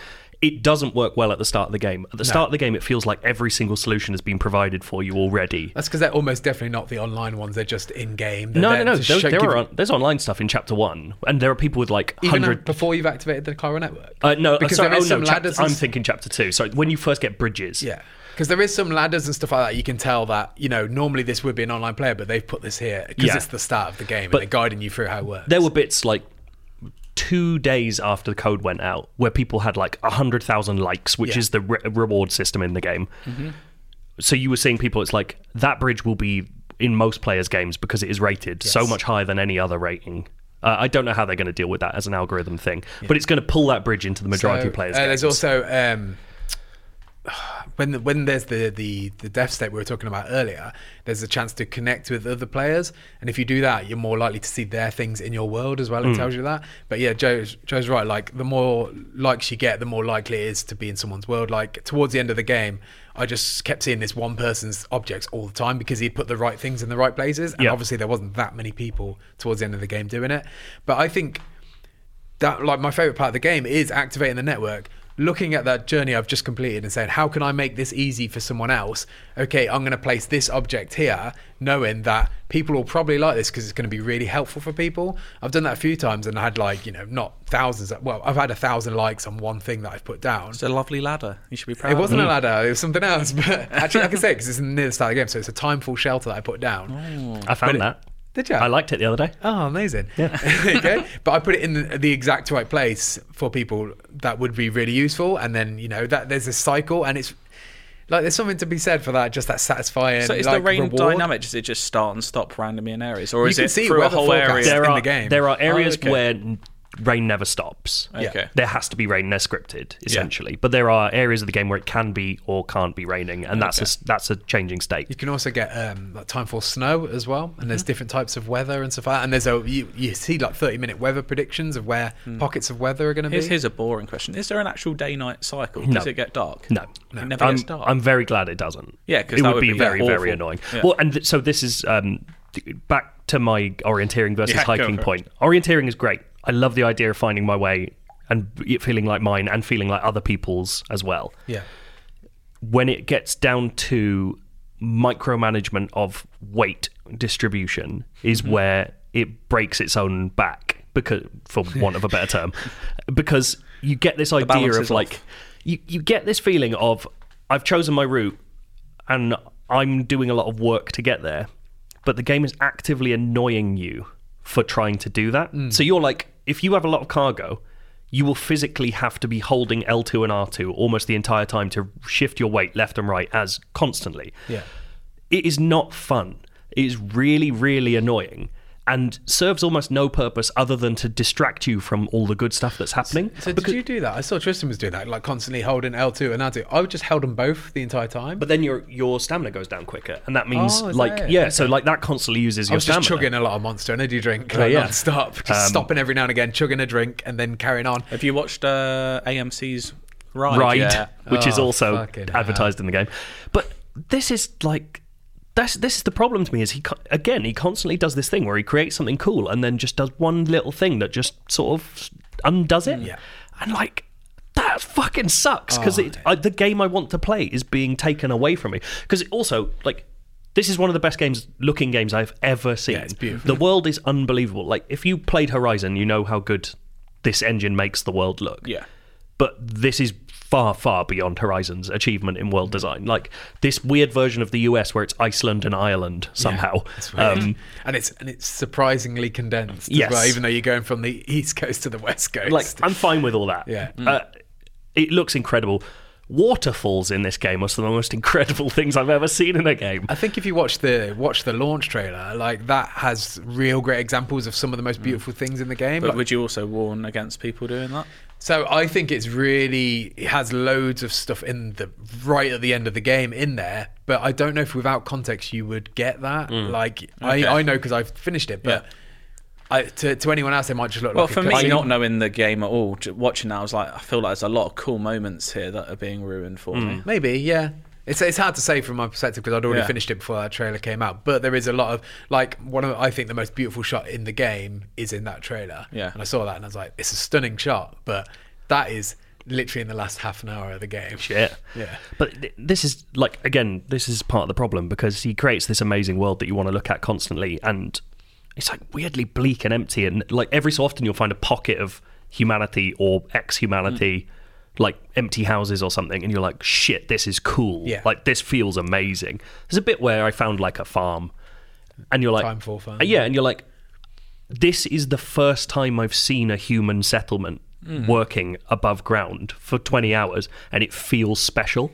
S4: It doesn't work well at the start of the game. At the start of the game, it feels like every single solution has been provided for you already.
S2: That's because they're almost definitely not the online ones. They're just in game.
S4: No, no, no. There, there are, there's online stuff in chapter one, and there are people with like
S2: even
S4: hundred.
S2: before you've activated the Chiral network.
S4: Uh, no,
S2: because
S4: sorry,
S2: there is
S4: oh,
S2: some
S4: no, chap-
S2: ladders and
S4: I'm
S2: s-
S4: thinking chapter two. Sorry, when you first get bridges.
S2: Yeah. Because there is some ladders and stuff like that. You can tell that, you know, normally this would be an online player, but they've put this here because
S4: Yeah.
S2: it's the start of the game and they're guiding you through how it works.
S4: There were bits like two days after the code went out where people had like 100,000 likes, which
S2: Yeah. Mm-hmm.
S4: is the re- reward system in the game. So you were seeing people, it's like that bridge will be in most players' games because it is rated so much higher than any other rating. Uh, I don't know how they're going to deal with that as an algorithm thing, but it's going to pull that bridge into the majority of
S2: So,
S4: players'
S2: uh,
S4: games.
S2: There's also um, when the, when there's the, the the death state we were talking about earlier. There's a chance to connect with other players, and if you do that, you're more likely to see their things in your world as well. It
S4: Hmm.
S2: tells you that. But yeah, Joe's Joe's right. Like the more likes you get, the more likely it is to be in someone's world. Like towards the end of the game. I just kept seeing this one person's objects all the time because he'd put the right things in the right places. And
S4: Yeah.
S2: obviously, there wasn't that many people towards the end of the game doing it. But I think that like my favorite part of the game is activating the network looking at that journey i've just completed and saying how can i make this easy for someone else okay i'm going to place this object here knowing that people will probably like this because it's going to be really helpful for people i've done that a few times and i had like you know not thousands well i've had a thousand likes on one thing that i've put down
S1: It's a lovely ladder. You should be proud.
S2: it wasn't
S1: Of
S2: a ladder it was something else but actually i can say because it's near the start of the game so it's a timeful shelter that i put down
S4: I found that.
S2: did you
S4: Oh. I liked it the other day.
S2: Oh, amazing. okay. But I put it in the, the exact right place for people that would be really useful. And then, you know, that there's a cycle and it's like there's something to be said for that, just that satisfying.
S1: So is the
S2: like,
S1: rain
S2: reward.
S1: dynamic? Does it just start and stop randomly in areas, or
S2: You
S1: is
S2: can
S1: it
S2: see
S1: through a
S2: weather
S1: whole
S2: forecast.
S1: area?
S2: There
S4: there
S2: in
S4: are,
S2: the game.
S4: There are areas
S2: Oh,
S1: okay.
S4: where n- rain never stops.
S1: Okay.
S4: There has to be rain. They're scripted essentially, but there are areas of the game where it can be or can't be raining, and that's a s that's a changing state.
S2: You can also get um, like time for snow as well, and there's different types of weather and stuff like that. And there's a you, you see like 30 minute weather predictions of where pockets of weather are going to be.
S1: Here's, here's a boring question: Is there an actual day-night cycle? Does it get dark?
S4: No,
S1: it never
S4: I'm,
S1: gets dark.
S4: I'm very glad it doesn't.
S1: Yeah, 'cause
S4: it
S1: that
S4: would
S1: would
S4: be,
S1: be
S4: very,
S1: awful.
S4: very annoying.
S1: Yeah.
S4: Well, and th- so this is um, th- back to my orienteering versus
S1: Yeah, go
S4: hiking
S1: for it.
S4: point. Orienteering is great. I love the idea of finding my way and b- it feeling like mine and feeling like other people's as well.
S2: yeah.
S4: when it gets down to micromanagement of weight distribution is
S1: Mm-hmm.
S4: where it breaks its own back because for want of a better term because you get this idea
S1: balance
S4: of
S1: is
S4: like you, you get this feeling of i've chosen my route and i'm doing a lot of work to get there but the game is actively annoying you for trying to do that
S2: Mm.
S4: so you're like if you have a lot of cargo you will physically have to be holding L2 and R2 almost the entire time to shift your weight left and right as constantly.
S2: Yeah.
S4: It is not fun. It is really, really annoying and serves almost no purpose other than to distract you from all the good stuff that's happening.
S2: So did you do that? I saw Tristan was doing that, like constantly holding L2 and R2. I just held them both the entire time.
S4: but then your your stamina goes down quicker, and that means
S2: Oh, is
S4: like
S2: that it?
S4: yeah, so like that constantly uses
S2: I
S4: your
S2: was just
S4: stamina.
S2: chugging a lot of Monster energy drink, like,
S4: yeah. Um,
S2: non-stop, just stopping every now and again, chugging a drink, and then carrying on.
S1: Have you watched uh, AMC's Ride?
S4: ride,
S1: Yeah.
S4: which is
S2: Oh,
S4: also
S2: fucking hell.
S4: advertised in the game. But this is like that's this is the problem to me is he co- again he constantly does this thing where he creates something cool and then just does one little thing that just sort of undoes it.
S2: Mm. Yeah. Oh,
S4: And like that that fucking sucks because I the game I want to play is being taken away from me. Because also, like, this is one of the best games, looking games I've ever seen.
S2: it's beautiful.
S4: The world is unbelievable. Like, if you played Horizon, you know how good this engine makes the world look.
S1: Yeah.
S4: But this is far, far beyond Horizon's achievement in world design. Like, this weird version of the US where it's Iceland and Ireland somehow. um,
S2: and it's and it's surprisingly condensed
S4: Yes.
S2: as well, even though you're going from the east coast to the west coast.
S4: like I'm fine with all that.
S2: Yeah.
S4: Uh, it looks incredible. Waterfalls in this game are some of the most incredible things I've ever seen in a game.
S2: I think if you watch the watch the launch trailer, like that has real great examples of some of the
S4: Mm.
S2: most beautiful things in the game.
S1: But
S2: Like-
S1: would you also warn against people doing that?
S2: so I think it's really it has loads of stuff in the right at the end of the game in there, but I don't know if without context you would get that. Like
S1: Mm. Okay.
S2: I, I know because I've finished it, but
S1: Yeah.
S2: I, to, to anyone else it might just look
S1: Well,
S2: like
S1: for
S2: a
S1: me,
S2: cutscene.
S1: not knowing the game at all, ju- watching that, I was like, I feel like there's a lot of cool moments here that are being ruined for
S4: Mm.
S1: me.
S2: Maybe, yeah. It's, it's hard to say from my perspective because I'd already
S1: Yeah.
S2: finished it before that trailer came out. But there is a lot of like one of I think the most beautiful shot in the game is in that trailer.
S1: Yeah.
S2: And I saw that and I was like, it's a stunning shot, but that is literally in the last half an hour of the game.
S4: Shit.
S2: Yeah.
S4: But th- this is like again, this is part of the problem because he creates this amazing world that you want to look at constantly, and it's like weirdly bleak and empty, and like every so often you'll find a pocket of humanity or ex-humanity. Like empty houses or something, and you're like, "Shit, this is cool.
S2: Yeah.
S4: Like this feels amazing." There's a bit where I found like a farm, and you're like, uh,
S2: Time for farm.
S4: yeah, and you're like, this is the first time I've seen a human settlement
S2: Mm.
S4: working above ground for 20 hours, and it feels special.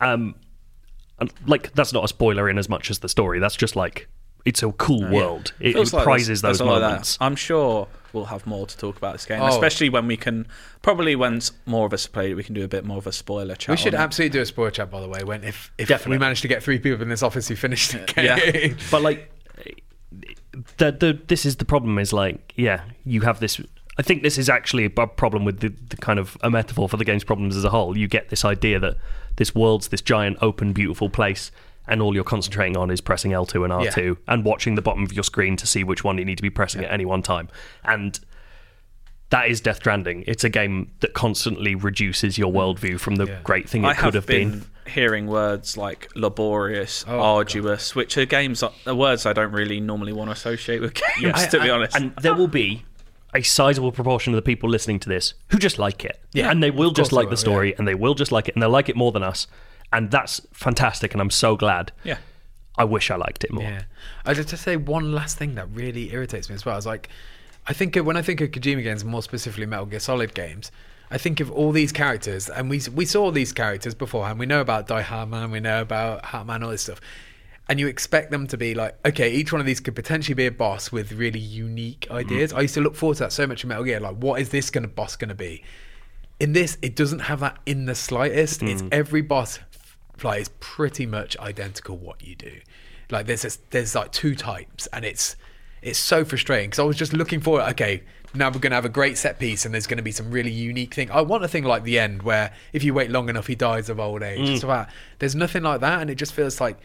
S4: Um, and, like that's not a spoiler in as much as the story. That's just like it's a cool world. It,
S1: Feels
S4: it
S1: like
S4: prizes
S1: there's-
S4: those
S1: there's a lot of that.
S4: moments.
S1: I'm sure we'll have more to talk about this game,
S2: Oh.
S1: especially when we can, probably when s- more of us play it, we can do a bit more of a spoiler chat.
S2: We should
S1: on it.
S2: absolutely do a spoiler chat, by the way. When if, if
S4: Definitely.
S2: we manage to get three people in this office who finished the game,
S1: Yeah.
S4: but like the, the this is the problem is like yeah you have this i think this is actually a bu- problem with the, the kind of a metaphor for the game's problems as a whole you get this idea that this world's this giant open beautiful place and all you're concentrating on is pressing L2 and R2 and watching the bottom of your screen to see which one you need to be pressing at any one time. And that is Death Stranding. It's a game that constantly reduces your worldview from the great thing it
S1: Mm. I
S4: could
S1: have
S4: have
S1: been,
S4: been.
S1: hearing words like laborious,
S2: Oh,
S1: arduous, which are games, are words I don't really normally want to associate with games, to be honest.
S4: And there will be a sizable proportion of the people listening to this who just like it.
S2: Yeah,
S4: And they will
S2: of course
S4: just
S2: they
S4: like
S2: will,
S4: the story and they will just like it and they'll like it more than us. And that's fantastic. And I'm so glad.
S1: Yeah.
S4: I wish I liked it more.
S2: Yeah. I just to say one last thing that really irritates me as well. I was like, I think of, when I think of Kojima games, more specifically Metal Gear Solid games, I think of all these characters, and we we saw these characters beforehand. We know about Die Hard Man, we know about Hat Man, all this stuff. And you expect them to be like, okay, each one of these could potentially be a boss with really unique ideas. I used to look forward to that so much in Metal Gear. Like, what is this going to boss going to be? In this, it doesn't have that in the slightest. It's every boss like is pretty much identical what you do. Like there's this, there's like two types, and it's it's so frustrating because I was just looking for okay. Now we're going to have a great set piece, and there's going to be some really unique thing. I want a thing like the end where if you wait long enough, he dies of old age.
S4: Mm.
S2: and stuff like that. there's nothing like that, and it just feels like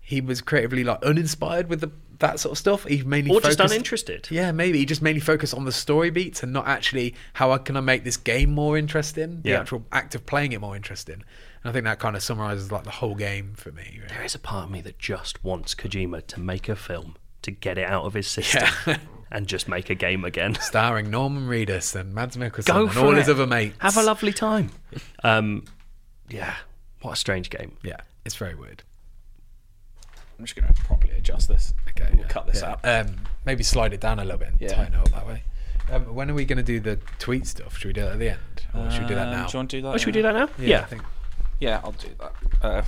S2: he was creatively like uninspired with the, that sort of stuff. He mainly
S4: Or just
S2: focused-
S4: uninterested.
S2: yeah, maybe he just mainly focused on the story beats and not actually how I can I make this game more interesting, the
S4: Yeah.
S2: actual act of playing it more interesting. And I think that kind of summarizes like the whole game for me. really.
S4: There is a part of me that just wants Kojima to make a film to get it out of his system and just make a game again.
S2: Starring Norman Reedus and Mads Mikkelsen
S4: Go
S2: and
S4: for
S2: all
S4: it.
S2: his other mates.
S4: Have a lovely time. Um, yeah. What a strange game.
S2: Yeah, it's very weird.
S1: I'm just going to properly adjust this. Okay, we'll
S2: yeah,
S1: cut this
S2: yeah.
S1: out.
S2: Um, maybe slide it down a little bit and
S1: Yeah.
S2: tighten it up that way. Um, when are we going to do the tweet stuff? Should we do that at the end? Or should we do that
S1: Um,
S2: now?
S1: Do you want to do that?
S4: Oh, should we
S1: now?
S4: do that now? Yeah.
S2: I think.
S1: Yeah, I'll do that. Uh,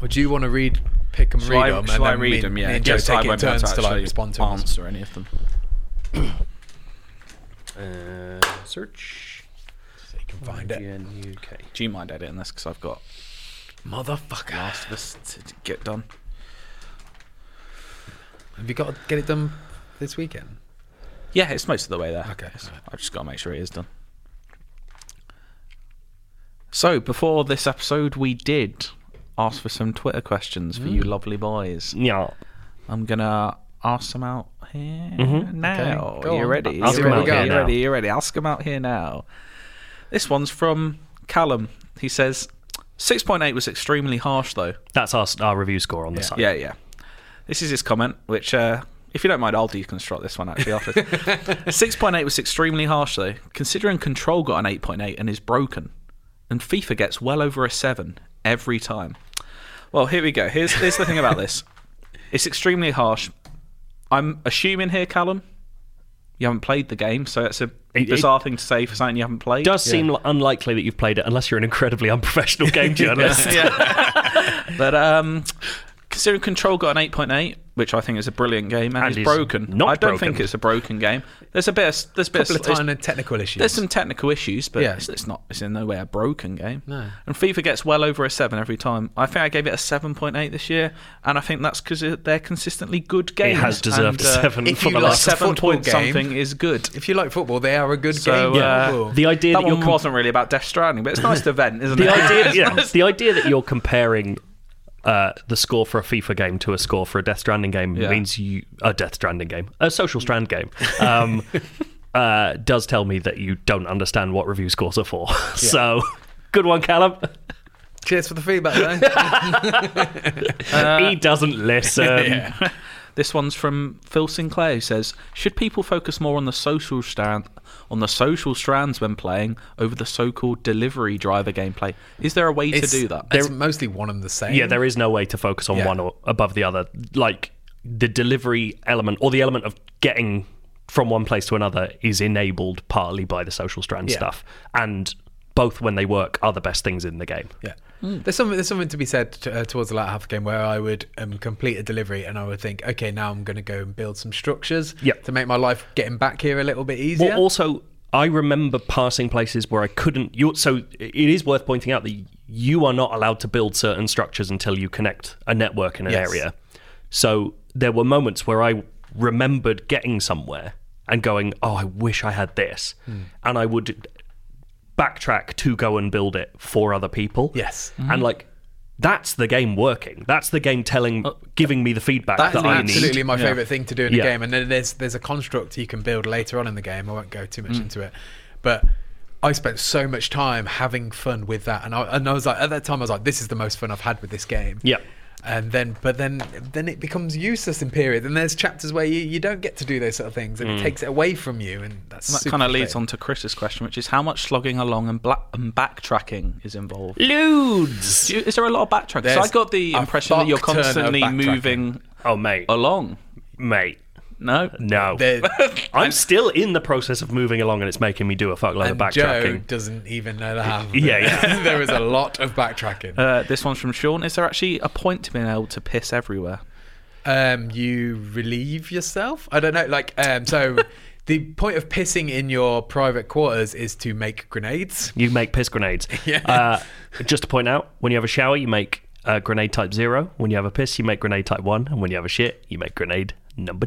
S2: Or do you want to read, pick them,
S1: shall
S2: read
S1: I,
S2: them,
S1: shall I
S2: then
S1: read
S2: me,
S1: them?
S2: me
S1: Yeah,
S2: and Joe
S1: just I
S2: take it
S1: won't be able
S2: turns to like
S1: actually
S2: respond to 'em.
S1: answer any of them.
S4: Uh, search
S2: So you can find it.
S4: IGN UK.
S1: Do you mind editing this? Because I've got
S2: Motherfucker.
S1: Last of Us to to get done.
S2: Have you got to get it done this weekend?
S1: Yeah, it's most of the way there.
S2: Okay,
S1: It's-
S2: alright.
S1: I've just got to make sure it is done. So, before this episode, we did ask for some Twitter questions for you
S4: Mm.
S1: lovely boys.
S4: Yeah.
S1: I'm going to ask them out here now.
S2: go
S1: you
S2: on.
S4: Mm-hmm.
S1: ready?
S4: Ask
S1: you
S4: 'em
S1: ready?
S4: out here
S1: you
S4: now.
S1: ready? You ready? Ask them out here now. This one's from Callum. He says, 6.8 was extremely harsh, though.
S4: That's our, our review score on the site.
S1: Yeah, yeah. This is his comment, which, uh, if you don't mind, I'll deconstruct this one actually after. 6.8 was extremely harsh, though, considering Control got an 8.8 and is broken, and FIFA gets well over a 7 every time. Well, here we go. Here's, here's the thing about this it's extremely harsh. I'm assuming here, Callum, you haven't played the game, so it's a
S4: it-
S1: bizarre thing to say for something you haven't played.
S4: It does seem unlikely that you've played it unless you're an incredibly unprofessional game journalist.
S1: But um, considering Control got an 8.8, which I think is a brilliant game, and,
S4: And
S1: it's
S4: is
S1: broken.
S4: not
S1: I don't
S4: broken.
S1: think it's a broken game. There's a bit. Of, there's a bit.
S2: couple
S1: Of,
S2: of tiny technical issues.
S1: there's some technical issues, but
S2: Yeah.
S1: it's, it's not. It's in no way a broken game. No. And FIFA gets well over a seven every time. I think I gave it a 7.8 this year, and I think that's because they're consistently good
S4: It
S1: games.
S4: has deserved
S1: and,
S4: a
S1: uh,
S4: seven
S2: if
S4: for
S2: you
S4: the
S1: A
S2: like
S4: last.
S1: seven
S2: football
S1: point
S2: game.
S1: something is good.
S2: if you like football, they are a good
S1: So
S2: game.
S1: uh,
S2: Cool.
S4: The idea
S1: that
S4: that you're
S1: one
S4: com-
S1: wasn't really about Death Stranding, but it's nice to vent, isn't
S4: the
S1: it?
S4: idea,
S1: It's
S4: yeah,
S1: nice-
S4: the idea that you're comparing uh, the score for a FIFA game to a score for a Death Stranding game
S1: Yeah.
S4: means you a Death Stranding game, a Social Strand game. Um, Uh, does tell me that you don't understand what review scores are for. So, good one, Callum.
S2: Cheers for the feedback, though.
S1: Uh,
S4: he doesn't listen.
S1: This one's from Phil Sinclair who says, "Should people focus more on the social strand, on the social strands when playing over the so-called delivery driver gameplay? Is there a way
S2: It's-
S1: to do that?"
S2: It's mostly one and the same.
S4: Yeah, there is no way to focus on
S2: Yeah.
S4: one or above the other. Like the delivery element or the element of getting from one place to another is enabled partly by the social strand
S2: Yeah.
S4: stuff, and both when they work are the best things in the game.
S2: Yeah.
S1: Hmm.
S2: There's something there's something to be said t- uh, towards the latter half of the game where I would um, complete a delivery and I would think, okay, now I'm going to go and build some structures
S4: Yep.
S2: to make my life getting back here a little bit
S4: Well,
S2: easier.
S4: also, I remember passing places where I couldn't. You so it is worth pointing out that you are not allowed to build certain structures until you connect a network in an
S2: Yes.
S4: area. So there were moments where I remembered getting somewhere and going, "Oh, I wish I had this,"
S2: Hmm.
S4: and I would backtrack to go and build it for other people.
S2: Yes. Hmm.
S4: and like. That's the game working. That's the game telling, giving me the feedback
S2: That's
S4: that I need.
S2: Oh, absolutely my favorite thing to do in
S4: Yeah.
S2: a game. And then there's there's a construct you can build later on in the game. I won't go too much
S4: Mm.
S2: into it, but I spent so much time having fun with that, and I and I was like at that time I was like, this is the most fun I've had with this game.
S4: Yeah.
S2: And then, but then, then it becomes useless in period. And there's chapters where you, you don't get to do those sort of things,
S4: Mm.
S2: and it takes it away from you. And that's
S1: And that
S2: super
S1: kind of leads
S2: frustrating.
S1: on to Chris's question, which is how much slogging along and, black- and backtracking is involved.
S4: Loads.
S1: Do you- Is there a lot of backtracking? So I
S2: There's
S1: got the
S2: a
S1: impression that you're
S2: fuck ton of
S1: constantly
S2: backtracking.
S1: moving
S4: Oh, mate,
S1: along.
S4: mate,
S1: No,
S4: no.
S2: There-
S4: I'm still in the process of moving along, and it's making me do a fuckload of
S2: and Joe
S4: backtracking.
S2: doesn't even know the half. Of
S4: Yeah,
S2: it.
S4: yeah.
S2: there is a lot of backtracking.
S1: Uh, this one's from Sean. Is there actually a point to being able to piss everywhere?
S2: um, you relieve yourself. I don't know. Like, um, so the point of pissing in your private quarters is to make grenades.
S4: You make piss grenades. Uh, just to point out, when you have a shower, you make uh, grenade type zero. When you have a piss, you make grenade type one, and when you have a shit, you make grenade number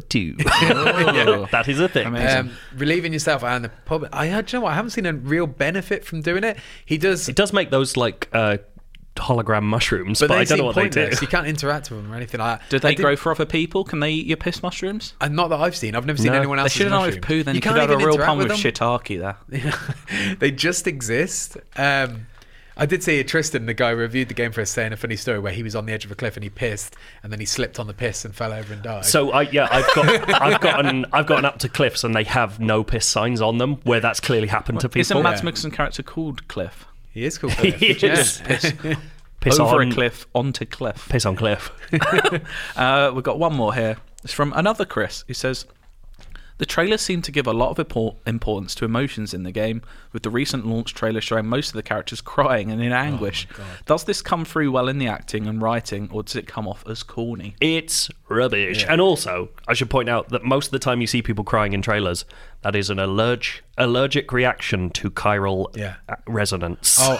S4: two. Oh. that is a thing.
S1: Amazing.
S2: Um, relieving yourself and the public. I, I do you know what. I haven't seen a real benefit from doing it. He does,
S4: It does make those like uh, hologram mushrooms, but,
S2: but, they
S4: I don't
S2: seem
S4: know what
S2: pointless.
S4: they
S2: You
S4: do.
S2: can't interact with them or anything like that.
S1: Do
S2: I
S1: they
S2: did-
S1: grow for other people? Can they eat your piss mushrooms?
S2: And not that I've seen. I've never seen
S4: No.
S2: anyone
S1: They
S2: else.
S1: should have done with poo. Then you, could have had a real pun with, shiitake there.
S2: they just exist. Um, I did see Tristan, the guy who reviewed the game for us, saying a funny story where he was on the edge of a cliff and he pissed, and then he slipped on the piss and fell over and died.
S4: So I yeah I've got I've gotten I've gotten up to cliffs and they have no piss signs on them where that's clearly happened to
S1: Isn't
S4: people.
S1: Mads Mikkelsen character called Cliff?
S2: he is called
S4: He
S2: Cliff.
S4: is. Piss
S1: Over
S4: on
S1: a cliff, onto Cliff.
S4: Piss on cliff.
S1: Uh, we've got one more here. It's from another Chris who says, the trailer seemed to give a lot of impor- importance to emotions in the game, with the recent launch trailer showing most of the characters crying and in anguish. Does this come through well in the acting and writing, or does it come off as corny?
S4: It's rubbish. And also, I should point out that most of the time you see people crying in trailers, that is an allerg- allergic reaction to chiral
S2: Yeah.
S4: uh, resonance.
S2: Oh,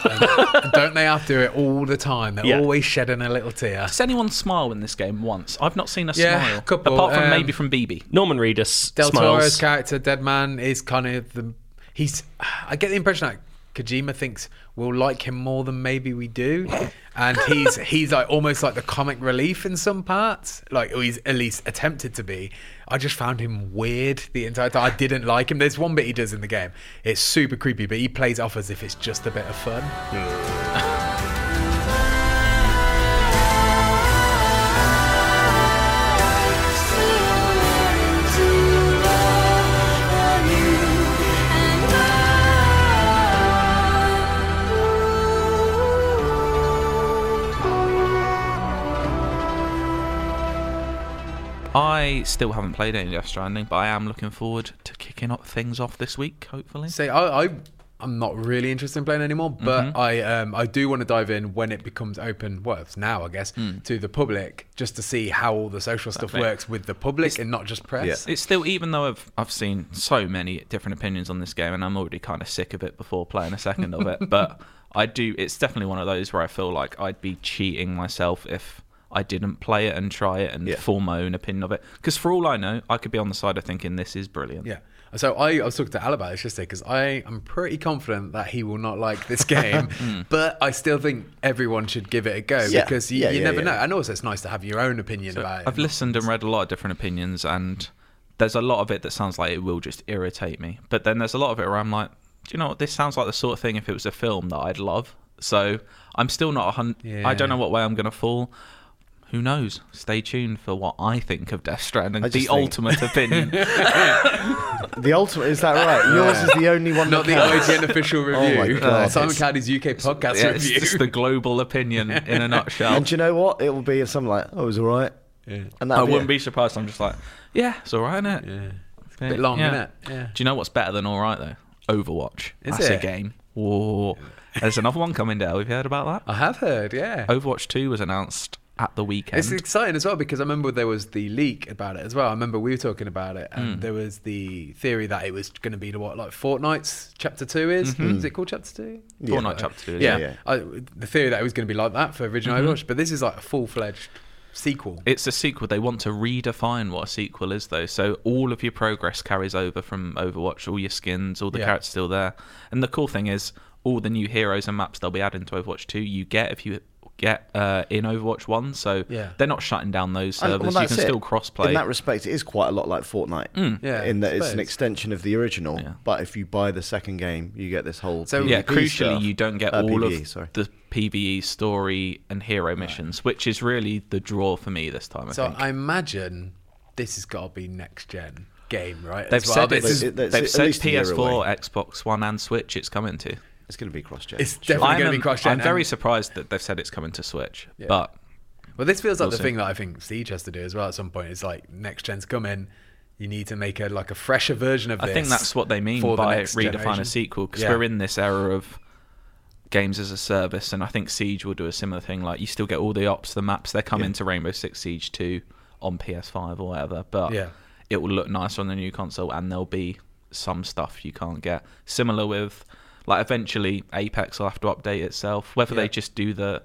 S2: and don't they have to do it all the time? They're
S4: Yeah.
S2: always shedding a little tear.
S1: Does anyone smile in this game once? I've not seen a
S2: Yeah,
S1: smile.
S2: couple,
S1: apart from
S2: um,
S1: maybe from BB.
S4: Norman Reedus
S2: Del
S4: smiles.
S2: Toro's character, Dead Man, is kind of the. He's. I get the impression that Kojima thinks we'll like him more than maybe we do, and he's he's like almost like the comic relief in some parts, like or he's at least attempted to be. I just found him weird the entire time. I didn't like him. There's one bit he does in the game. It's super creepy, but he plays off as if it's just a bit of fun.
S1: I still haven't played any Death Stranding, but I am looking forward to kicking up things off this week, hopefully.
S2: Say I, I I'm not really interested in playing anymore, but I um I do want to dive in when it becomes open. Well, it's now I guess to the public just to see how all the social stuff
S1: Perfect.
S2: works with the public and not just press.
S1: It's still, even though I've I've seen so many different opinions on this game, and I'm already kind of sick of it before playing a second of it. But I do. It's definitely one of those where I feel like I'd be cheating myself if I didn't play it and try it and
S3: Yeah.
S1: form my own opinion of it. Because for all I know, I could be on the side of thinking this is brilliant.
S2: Yeah. So I, I was talking to Al about this yesterday because I am pretty confident that he will not like this game, but I still think everyone should give it a go
S3: Yeah.
S2: because you,
S3: Yeah,
S2: you
S3: yeah,
S2: never
S3: yeah.
S2: know. And also, it's nice to have your own opinion about it.
S1: I've listened and read a lot of different opinions, and there's a lot of it that sounds like it will just irritate me. But then there's a lot of it where I'm like, do you know what? This sounds like the sort of thing if it was a film that I'd love. So I'm still not a hundred. I don't know what way I'm going to fall. Who knows? Stay tuned for what I think of Death Stranding, the
S3: just think-
S1: ultimate opinion.
S3: The ultimate is that right? Yours is the only one.
S2: Not the
S3: that counts.
S2: IGN official
S3: my
S2: review.
S3: God.
S2: Simon
S3: It's-
S2: Cowdy's UK podcast
S1: yeah, it's
S2: review.
S1: just the global opinion in a nutshell.
S3: And do you know what? It will be something like, "Oh, it was all right." Yeah. And
S1: I
S3: that'll
S1: wouldn't
S3: it.
S1: be surprised. I'm just like, yeah, it's all right, innit? Yeah. It's a
S2: bit long, innit? Yeah.
S1: Do you know what's better than all right, though? Overwatch.
S2: Is
S1: That's
S2: it?
S1: a game. Whoa. There's another one coming down. Have you heard about that?
S2: I have heard, yeah.
S1: Overwatch 2 was announced at the weekend.
S2: It's exciting as well because I remember there was the leak about it as well. I remember we were talking about it, and
S1: Hmm.
S2: there was the theory that it was going to be the what like Fortnite's Chapter Two is. Is it called Chapter Two?
S1: Mm-hmm. Fortnite Chapter 2.
S2: Yeah,
S1: yeah. Mm-hmm.
S3: yeah.
S2: I, the theory that it was going to be like that for original Overwatch, but this is like a full fledged sequel.
S1: It's a sequel. They want to redefine what a sequel is, though. So all of your progress carries over from Overwatch, all your skins, all the
S2: Yeah.
S1: characters still there. And the cool thing is, all the new heroes and maps they'll be adding to Overwatch 2, you get if you get uh, in Overwatch 1. So
S2: Yeah.
S1: they're not shutting down those
S3: And-
S1: servers.
S3: well,
S1: you can
S3: that's it.
S1: still cross play.
S3: In that respect, it is quite a lot like Fortnite.
S2: Yeah,
S3: in that
S2: I
S3: it's an
S2: suppose.
S3: extension of the original,
S1: Yeah.
S3: but if you buy the second game, you get this whole.
S2: So-
S3: PvP
S1: yeah, crucially,
S3: stuff.
S1: you don't get
S3: Uh,
S1: all
S3: PvE,
S1: of
S3: sorry.
S1: the PVE story and hero missions, which is really the draw for me this time. I
S2: So
S3: uh,
S1: think.
S2: I imagine this has got to be next gen game, right? as
S1: They've
S2: well?
S1: said
S2: This
S1: it's-
S2: is-
S3: it- that's
S1: They've
S3: at
S1: said
S3: least a year
S1: PS4,
S3: away.
S1: Xbox One, and Switch. It's coming to.
S3: It's going to be cross-gen.
S2: It's
S3: sure.
S2: definitely
S1: I'm,
S2: going to be cross gen.
S1: I'm very surprised that they've said it's coming to Switch,
S2: Yeah.
S1: but
S2: Well, this feels like
S1: We'll
S2: the
S1: see.
S2: thing that I think Siege has to do as well. At some point, it's like next gen's come in. You need to make a like a fresher version of
S1: I
S2: this.
S1: think that's what they mean
S2: for the
S1: by
S2: next
S1: redefine
S2: generation.
S1: a sequel because
S2: Yeah.
S1: we're in this era of games as a service, and I think Siege will do a similar thing. Like you still get all the ops, the maps. They're coming to Rainbow Six Siege two on PS5 or whatever, but
S2: Yeah.
S1: it will look nice on the new console, and there'll be some stuff you can't get. Similar with like eventually Apex will have to update itself. Whether
S2: Yeah.
S1: they just do the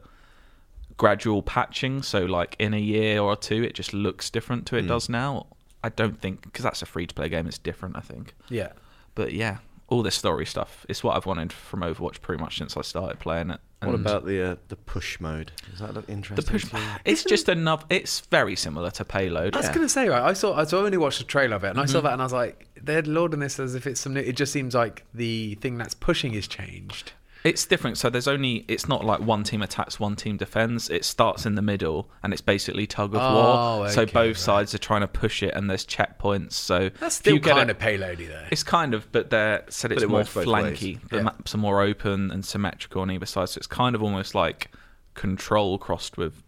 S1: gradual patching, so like in a year or two, it just looks different to
S2: Hmm.
S1: it does now. I don't think because that's a free to play game. It's different, I think.
S2: Yeah.
S1: But yeah, all this story stuff. It's what I've wanted from Overwatch pretty much since I started playing it.
S3: What
S1: And
S3: about the uh, the push mode? Does that look
S1: the
S3: interesting?
S1: push?
S3: to you?
S1: It's just another. It's very similar to Payload.
S2: I was gonna say right. I saw. I saw I only watched the trailer of it, and I saw
S1: Mm-hmm.
S2: that, and I was like, they're lauding this as if it's some new. It just seems like the thing that's pushing is changed.
S1: It's different. So there's only. It's not like one team attacks, one team defends. It starts in the middle, and it's basically tug of
S2: Oh,
S1: war. So
S2: okay,
S1: both
S2: right.
S1: sides are trying to push it, and there's checkpoints. So
S2: That's
S1: if you
S2: still
S1: get
S2: kind
S1: a-
S2: of payloady though.
S1: It's kind of, but they're said it's
S3: it
S1: more
S3: works both ways.
S1: flanky. The
S2: Yeah.
S1: maps are more open and symmetrical on either side, so it's kind of almost like control crossed with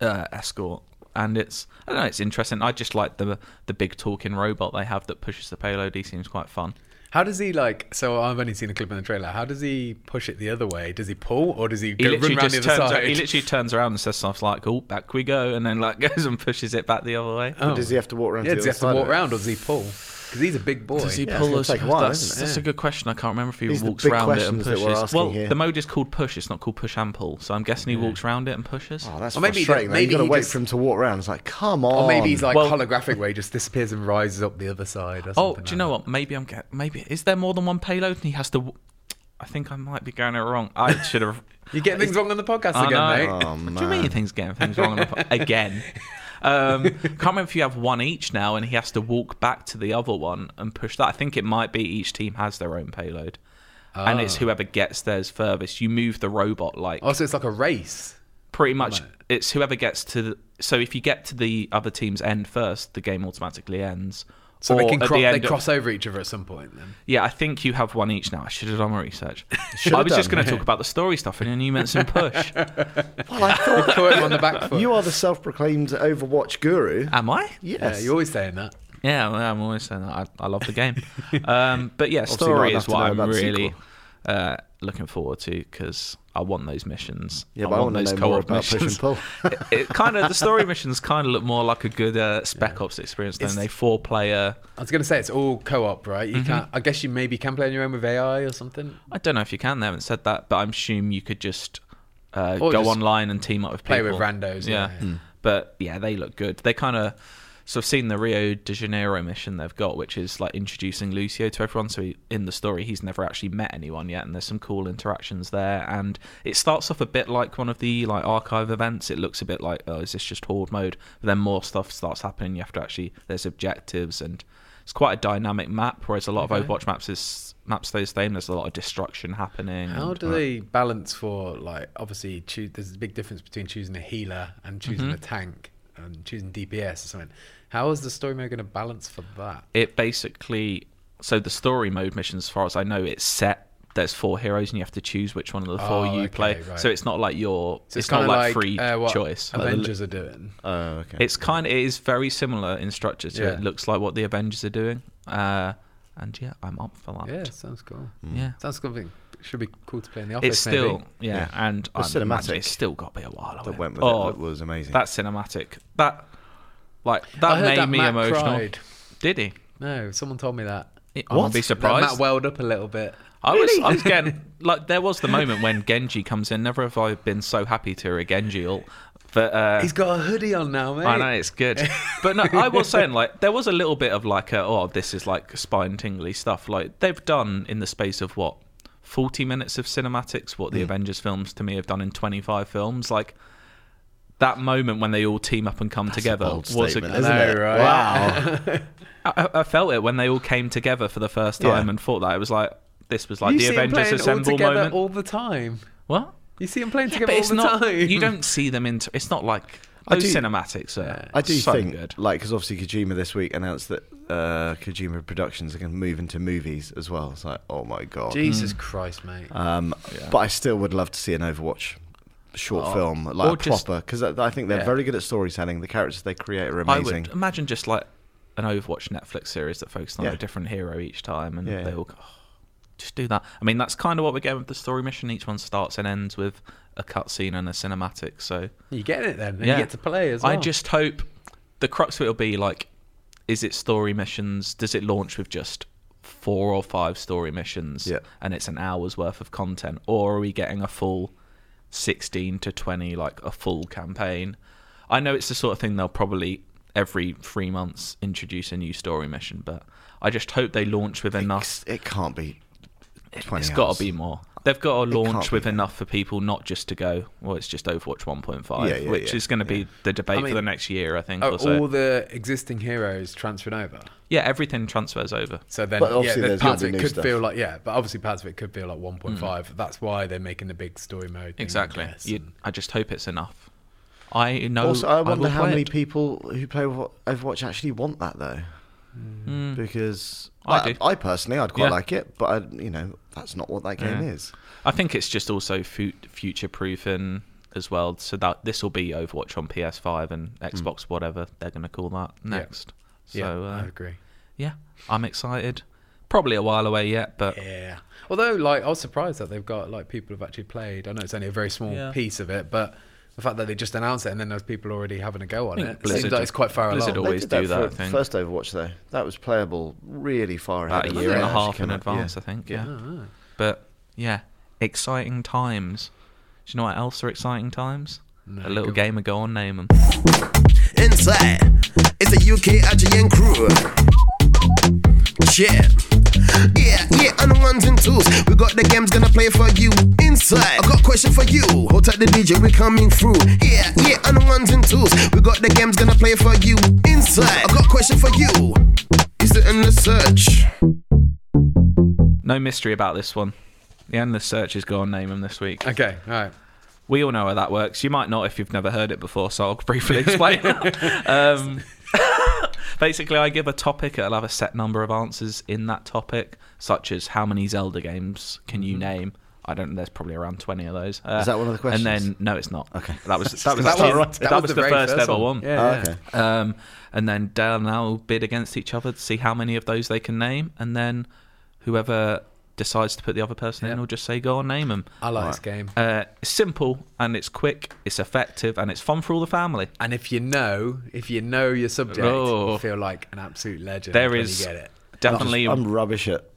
S1: uh, escort. And it's I don't know, it's interesting. I just like the the big talking robot they have that pushes the payload. He seems quite fun.
S2: How does he like? So I've only seen a clip in the trailer. How does he push it the other way? Does he pull or does he
S1: He
S2: go run
S1: literally
S2: around the
S1: just
S2: other
S1: turns.
S2: side?
S1: he literally turns around and says stuff like, "Oh, back we go," and then like goes and pushes it back the other way.
S2: Oh.
S3: Does he have to walk around?
S2: yeah,
S3: to
S2: does
S3: the
S2: he
S3: other
S2: have to
S3: side of
S2: walk
S3: it?
S2: around or does he pull? Because he's a big boy.
S1: Does he
S3: Yeah, it's
S1: pull
S3: gonna
S1: us?
S3: take a while,
S1: that's
S3: isn't it?
S1: that's a good question. I can't remember if he
S3: These are the
S1: walks
S3: big
S1: around it and
S3: questions that
S1: pushes.
S3: we're asking
S1: well,
S3: here.
S1: the mode is called push. It's not called push and pull. So I'm guessing he walks around it and pushes.
S3: Oh, that's
S2: Or maybe he
S3: frustrating.
S2: don't-
S3: though. You've
S2: maybe
S3: got to
S2: he
S3: wait
S2: just-
S3: for him to walk around. It's like, come on.
S2: Or maybe he's like
S1: Well-
S2: holographic where he just disappears and rises up the other side. Or
S1: Oh,
S2: something
S1: do you
S2: like
S1: know what? Maybe I'm get. Maybe is there more than one payload, and he has to. w- I think I might be getting it wrong. I should have.
S2: You're getting things wrong on the podcast
S1: I know.
S2: again, mate.
S3: Oh,
S1: what do you mean
S3: man.
S1: things getting things wrong on the po- again? Um, can't remember if you have one each now, and he has to walk back to the other one and push that. I think it might be each team has their own payload, and
S2: Oh.
S1: it's whoever gets theirs furthest. You move the robot like
S3: Oh.
S2: Also, it's like a race.
S1: pretty much it's whoever gets to the, so if you get to the other team's end first the game automatically ends
S2: So they
S1: Or
S2: can
S1: at
S2: cro-
S1: the
S2: they
S1: end of-
S2: cross over each other at some point. Then
S1: yeah i think you have one each now i should have done my research i
S3: have
S1: was just
S3: done,
S1: going to talk about the story stuff and then you mentioned push
S3: Well, I thought
S2: put him on the back foot.
S3: you are the self-proclaimed Overwatch guru.
S1: am i
S3: yes.
S2: yeah, you're always saying that.
S1: yeah well, i'm always saying that i, I love the game um, but yeah
S3: Obviously
S1: story
S3: not
S1: is
S3: enough to
S1: what
S3: know
S1: i'm
S3: about the
S1: really
S3: sequel.
S1: uh, looking forward to because i want those missions
S3: Yeah, but I want to know more about push and pull.
S1: it, it kind of the story missions kind of look more like a good uh, spec ops experience than a four player
S2: I was going to say it's all co-op, right?
S1: Mm-hmm.
S2: You can't. I guess you maybe can play on your own with AI or something.
S1: I don't know if you can. They haven't said that, but I'm assume you could just uh,
S2: Or
S1: go
S2: just
S1: online and team up with
S2: play with
S1: people.
S2: randos, yeah. Mm.
S1: But yeah, they look good. They kind of so I've seen the Rio de Janeiro mission they've got, which is like introducing Lucio to everyone. So he, in the story, he's never actually met anyone yet, and there's some cool interactions there. And it starts off a bit like one of the like archive events. It looks a bit like oh, is this just horde mode? But then more stuff starts happening. You have to actually there's objectives and it's quite a dynamic map, whereas a lot of Overwatch maps is maps stays the same. There's a lot of destruction happening.
S2: How
S1: and-
S2: do they balance for like obviously choo- there's a big difference between choosing a healer and
S1: Mm-hmm.
S2: choosing a tank and choosing DPS or something. How is the story mode going to balance for that?
S1: it basically so the story mode missions, as far as I know, it's set. There's four heroes, and you have to choose which one of the four
S2: Oh,
S1: you
S2: okay,
S1: play.
S2: right.
S1: So it's not like your.
S2: So
S1: it's not
S2: kinda
S1: like, free
S2: uh, what
S1: choice.
S2: Avengers are doing.
S3: Oh, okay.
S1: It's kind. It is very similar in structure to. It
S2: Yeah.
S1: looks like what the Avengers are doing. Uh, and yeah, I'm up for that.
S2: Yeah, sounds cool.
S1: Yeah.
S2: Sounds something should be cool to play in the office.
S1: Mm. It's still
S2: maybe.
S1: yeah,
S3: Yeah.
S1: and
S3: The
S1: I imagine
S3: cinematic
S1: It's still got to be a while. away.
S3: that went with
S1: Oh,
S3: it that was amazing.
S1: that cinematic that like
S2: I
S1: that
S2: heard
S1: made
S2: that
S1: me
S2: Matt
S1: emotional.
S2: cried.
S1: Did he?
S2: No, someone told me that.
S1: I wouldn't be surprised.
S2: That Matt welled up a little bit.
S1: I was I was getting like there was the moment when Genji comes in. Never have I been so happy to hear a Genji ult. But uh,
S2: He's got a hoodie on now, mate.
S1: I know it's good. But no, I was saying like there was a little bit of like a, oh this is like spine tingly stuff. Like they've done in the space of what forty minutes of cinematics what the Avengers films to me have done in twenty five films. Like that moment when they all team up and come together
S3: Bold
S1: was
S3: statement,
S1: a,
S3: isn't
S2: I know,
S3: it?
S2: right?
S3: Wow.
S1: I, I felt it when they all came together for the first
S3: Yeah.
S1: time and thought that it was like this was like
S2: you
S1: the
S2: see him
S1: Avengers
S2: playing all
S1: assemble
S2: together
S1: moment.
S2: all the time.
S1: what?
S2: You see him playing
S1: Yeah,
S2: together
S1: but
S2: all
S1: it's
S2: the
S1: not.
S2: time.
S1: You don't see them in. It's not like
S3: I
S1: those
S3: do-
S1: cinematics are.
S3: I do
S1: so
S3: think,
S1: good.
S3: like, because obviously Kojima this week announced that uh, Kojima Productions are going to move into movies as well. It's like, oh my god.
S2: Jesus
S1: Mm.
S2: Christ, mate.
S1: Uh,
S3: Um, But I still would love to see an Overwatch short film, like
S1: or
S3: a
S1: just-
S3: proper, because I I think they're
S1: Oh, Yeah.
S3: very good at storytelling. The characters they create are
S1: I
S3: amazing.
S1: would imagine just like an Overwatch Netflix series that focused on
S3: Yeah.
S1: a different hero each time, and
S3: Yeah,
S1: they
S3: yeah.
S1: all go, "Oh, just do that. I mean, that's kind of what we're getting with the story mission. Each one starts and ends with a cutscene and a cinematic. So
S2: You're getting it then. and
S1: Yeah.
S2: You get to play as well.
S1: I just hope the crux of it will be like, is it story missions? Does it launch with just four or five story missions?
S3: Yeah.
S1: And it's an hour's worth of content, or are we getting a full sixteen to twenty, like a full campaign? I know it's the sort of thing they'll probably every three months introduce a new story mission, but I just hope they launch with enough.
S3: It's- it can't be. 20
S1: It's got
S3: hours.
S1: to be more. They've got to
S3: can't
S1: launch
S3: be
S1: with
S3: more.
S1: enough for people, not just to go. Well, it's just Overwatch 1.5,
S3: Yeah, yeah,
S1: which
S3: yeah, uh,
S1: is going to be the debate
S2: I mean,
S1: for the next year, I think.
S2: Are
S1: or so.
S2: all the existing heroes transferred over.
S1: Yeah, everything transfers
S3: Mm,
S1: over.
S2: So then,
S3: But
S2: yeah,
S3: obviously
S2: there's
S3: there's
S2: parts
S3: gonna
S2: of
S3: be
S2: it
S3: new
S2: could
S3: stuff.
S2: feel like yeah, but obviously parts of it could
S1: Mm.
S2: feel like 1.5. That's why they're making the big story mode. thing, I
S1: Exactly.
S2: guess,
S1: You,
S2: and-
S1: I just hope it's enough. I know.
S3: Also, I wonder
S1: will
S3: how
S1: play
S3: many
S1: it.
S3: people who play Overwa- Overwatch actually want that though, because
S1: Hmm. I
S3: like,
S1: do.
S3: I personally, I'd quite
S1: Yeah.
S3: like it, but I, you know, that's not what that game
S1: Yeah.
S3: is.
S1: I think it's just also fu- future proofing as well. So that this will be Overwatch on PS5 and
S3: Mm.
S1: Xbox, whatever they're going to call that next. So
S2: yeah,
S1: uh,
S2: I agree.
S1: yeah, I'm excited. Probably a while away yet, but
S2: Yeah. Although, like, I was surprised that they've got like people have actually played. I know it's only a very small
S1: Yeah.
S2: piece of it, but the fact that they just announced it and then there's people already having a go on
S1: think
S2: it
S1: Blizzard
S2: seems like it's quite far
S1: Blizzard
S2: along.
S1: al- always
S3: they
S1: do
S3: did
S1: that, I
S3: for
S1: think.
S3: First Overwatch though, that was playable really far ahead.
S1: about a
S3: of the
S1: year and a
S3: time it
S1: half
S3: actually
S1: in
S3: came out. Yeah. Oh,
S1: advance, I think. Yeah. But yeah, exciting times. Do you know what else are exciting times? a little game of go on, name 'em.
S5: Inside, it's the UK IGN crew. Yeah, Yeah, yeah, and the ones and twos. We got the games gonna play for you. Inside, I got a question for you. Hold tight, the DJ, we coming through. Yeah, yeah, and the ones and twos. We got the games gonna play for you. Inside, I got a question for you. Is it in the search?
S1: No mystery about this one. The endless search is go on name them this week.
S2: Okay, all right.
S1: We all know how that works. You might not if you've never heard it before, so I'll briefly explain. um, basically, I give a topic, it'll have a set number of answers in that topic, such as how many Zelda games can you name? I don't. There's probably around twenty of those. Uh,
S3: Mm-hmm. Is that one of the
S1: And then
S3: questions?
S1: no, it's not.
S3: Okay.
S1: that was that was
S3: That
S1: actually-
S3: was-
S1: that,
S2: that was
S1: was
S2: the
S1: the,
S2: very
S1: first,
S2: first
S1: ever
S2: one.
S1: one.
S2: Yeah.
S3: Oh, okay.
S1: Um, and then Dale and I will bid against each other to see how many of those they can name, and then whoever decides to put the other person in will just say go on name them.
S2: I like this game.
S1: Uh, it's simple and it's quick, it's effective, and it's fun for all the family.
S2: And if you know, if you know your subject,
S1: Oh.
S2: you feel like an absolute legend.
S1: There
S2: when
S1: is
S2: you get it.
S1: definitely
S3: I'm rubbish at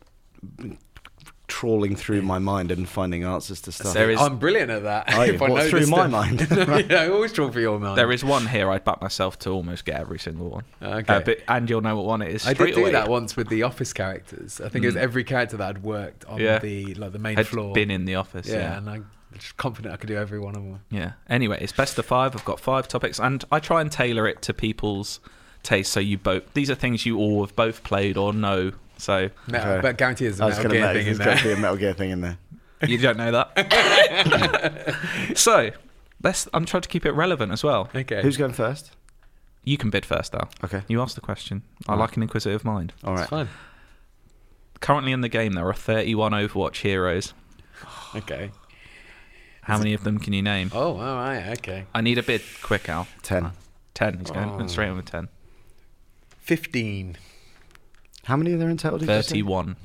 S3: trawling through my mind and finding answers to stuff.
S1: there is
S2: I'm brilliant at that.
S3: Are you?
S2: If I
S3: What,
S2: know
S3: through
S2: this
S3: my
S2: stuff-
S3: mind?
S2: yeah, I always draw for your mind.
S1: there is one here. I'd back myself to almost get every single one.
S2: Okay.
S1: Uh, but, and you'll know what one it is.
S2: I
S1: straight
S2: did do
S1: away. Hmm.
S2: that once with the office characters. I think it was every character that I'd worked on
S1: Yeah.
S2: the like the main
S1: Had
S2: floor.
S1: been in the office.
S2: yeah,
S1: yeah.
S2: and I'm just confident I could do every one of them.
S1: Yeah. Anyway, it's best of five. I've got five topics, and I try and tailor it to people's taste. So you both these are things you all have both played or know. So
S2: Metal,
S3: Okay.
S2: But guarantee there's a
S3: I was
S2: Metal
S3: going to
S2: Gear
S3: make
S2: thing in
S3: there's got to be
S2: there.
S3: a Metal Gear thing in there.
S1: you don't know that. so let's. I'm trying to keep it relevant as well.
S2: Okay.
S3: Who's going first?
S1: You can bid first, Al.
S3: Okay.
S1: You asked the question. I like an inquisitive mind.
S3: All right.
S2: It's fine.
S1: Currently in the game, there are 31 Overwatch heroes.
S2: Okay.
S1: How many of them can you name?
S2: Oh, all right. Okay.
S1: I need a bid, quick, Al.
S3: Ten.
S1: Ten. He's going straight on with ten.
S2: Fifteen.
S3: How many are there in total? did you say?
S1: Thirty-one.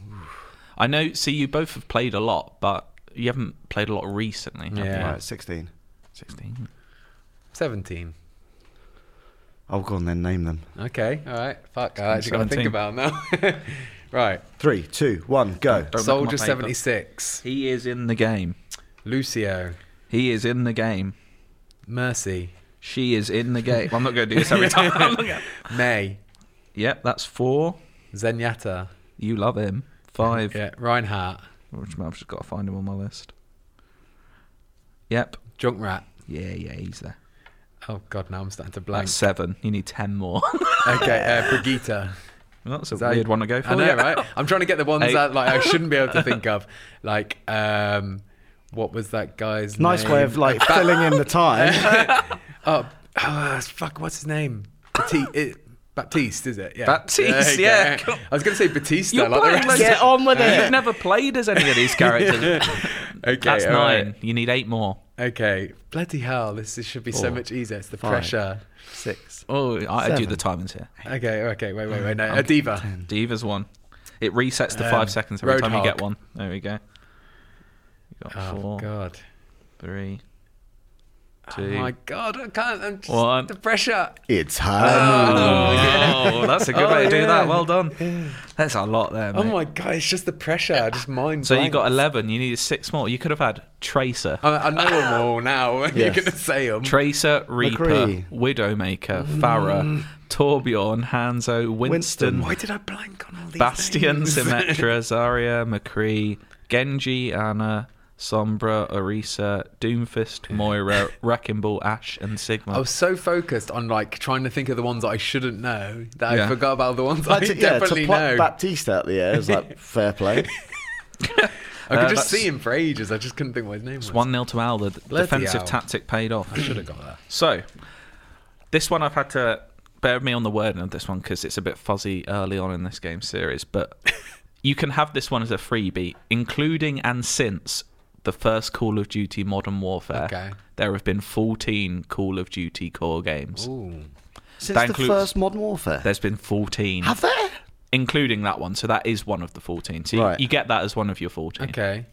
S1: I know. See, you both have played a lot, but you haven't played a lot recently. have you?
S2: Yeah.
S3: All right, 16.
S1: Sixteen.
S2: Seventeen.
S3: Oh, go on then, name them.
S2: Okay. All right. Fuck. I actually
S1: 17.
S2: got to think about 'em now. right.
S3: Three, two, one, go.
S1: Don't look at my
S2: Soldier
S1: paper.
S2: seventy six.
S1: He is in the game.
S2: Lucio.
S1: He is in the game.
S2: Mercy.
S1: She is in the game. I'm not going to do this every time. I'm not gonna-
S2: May.
S1: Yep, that's four.
S2: Zenyatta.
S1: You love him. Five.
S2: Yeah. Reinhardt.
S1: Which I've just got to find him on my list. Yep.
S2: Junkrat.
S1: Yeah, yeah, he's there.
S2: Oh God, now I'm starting to blank.
S1: That's seven. You need ten more.
S2: okay, uh, Brigitte.
S1: Well, that's a
S2: Is that-
S1: weird one to go for.
S2: I know,
S1: yeah.
S2: right? I'm trying to get the ones
S1: Eight.
S2: that like I shouldn't be able to think of. Like, um, what was that guy's
S3: Nice
S2: name?
S3: way of like filling in the time.
S2: Oh, oh, fuck! What's his name? Bati- it, Baptiste, is it? Yeah.
S1: Baptiste, yeah.
S2: yeah. I was going to say Batista.
S1: You're
S2: like the
S1: playing
S2: rest
S1: like-
S2: of-
S1: Get
S3: on with
S1: You've never played as any of these characters.
S2: Okay,
S1: That's
S2: all
S1: nine.
S2: right.
S1: You need eight more.
S2: Okay, bloody hell! This, this should be so much easier. It's the pressure.
S3: Six.
S1: Oh, I, I do
S3: Seven.
S1: the timings here.
S2: Okay, okay, wait, wait, wait. No, a diva.
S1: Diva's one. It resets to
S2: Um,
S1: five seconds every time you get
S2: Roadhog.
S1: one. There we go. You got
S2: Oh
S1: four,
S2: God.
S1: three,
S2: Oh
S1: two.
S2: my God! I can't. I'm just,
S1: One.
S2: The pressure.
S1: Uh,
S3: It's time.
S1: Oh, that's a good way to do that.
S2: yeah.
S1: Well done. That's a lot there, mate.
S2: Oh my God! It's just the pressure. I just mind.
S1: so you
S2: blanked.
S1: got eleven. You needed six more. You could have had Tracer,
S2: I, I know them all now. You're
S3: Yes.
S2: going to say them.
S1: Tracer, Reaper,
S3: McCree.
S1: Widowmaker, Farah, Torbjorn, Hanzo, Winston,
S2: Why did I blank on all these
S1: Bastion,
S2: names?
S1: Symmetra, Zarya, McCree, Genji, Anna, Sombra, Orisa, Doomfist, Moira, Wrecking Ball, Ash, and Sigma.
S2: I was so focused on like trying to think of the ones that I shouldn't know that
S1: Yeah.
S2: I forgot about the ones
S3: But
S2: I
S3: to, yeah, to
S2: definitely
S3: pluck
S2: know.
S3: Baptiste out the air is like fair play.
S2: I could
S1: Uh, that's-
S2: just see him for ages. I just couldn't think what his name was.
S1: One 0 to Al. The
S2: Bloody
S1: defensive
S2: hell.
S1: tactic paid off.
S2: I should have got that.
S1: So, this one I've had to bear with me on the wording of this one because it's a bit fuzzy early on in this game series. But you can have this one as a freebie, including and since the first Call of Duty Modern Warfare.
S2: Okay.
S1: There have been 14 Call of Duty core games.
S2: Ooh.
S1: That
S3: Since the
S1: includes-
S3: first Modern Warfare.
S1: There's been 14,
S3: Have there?
S1: including that one. So that is one of the 14. So you,
S3: Right.
S1: you get that as one of your 14.
S2: Okay.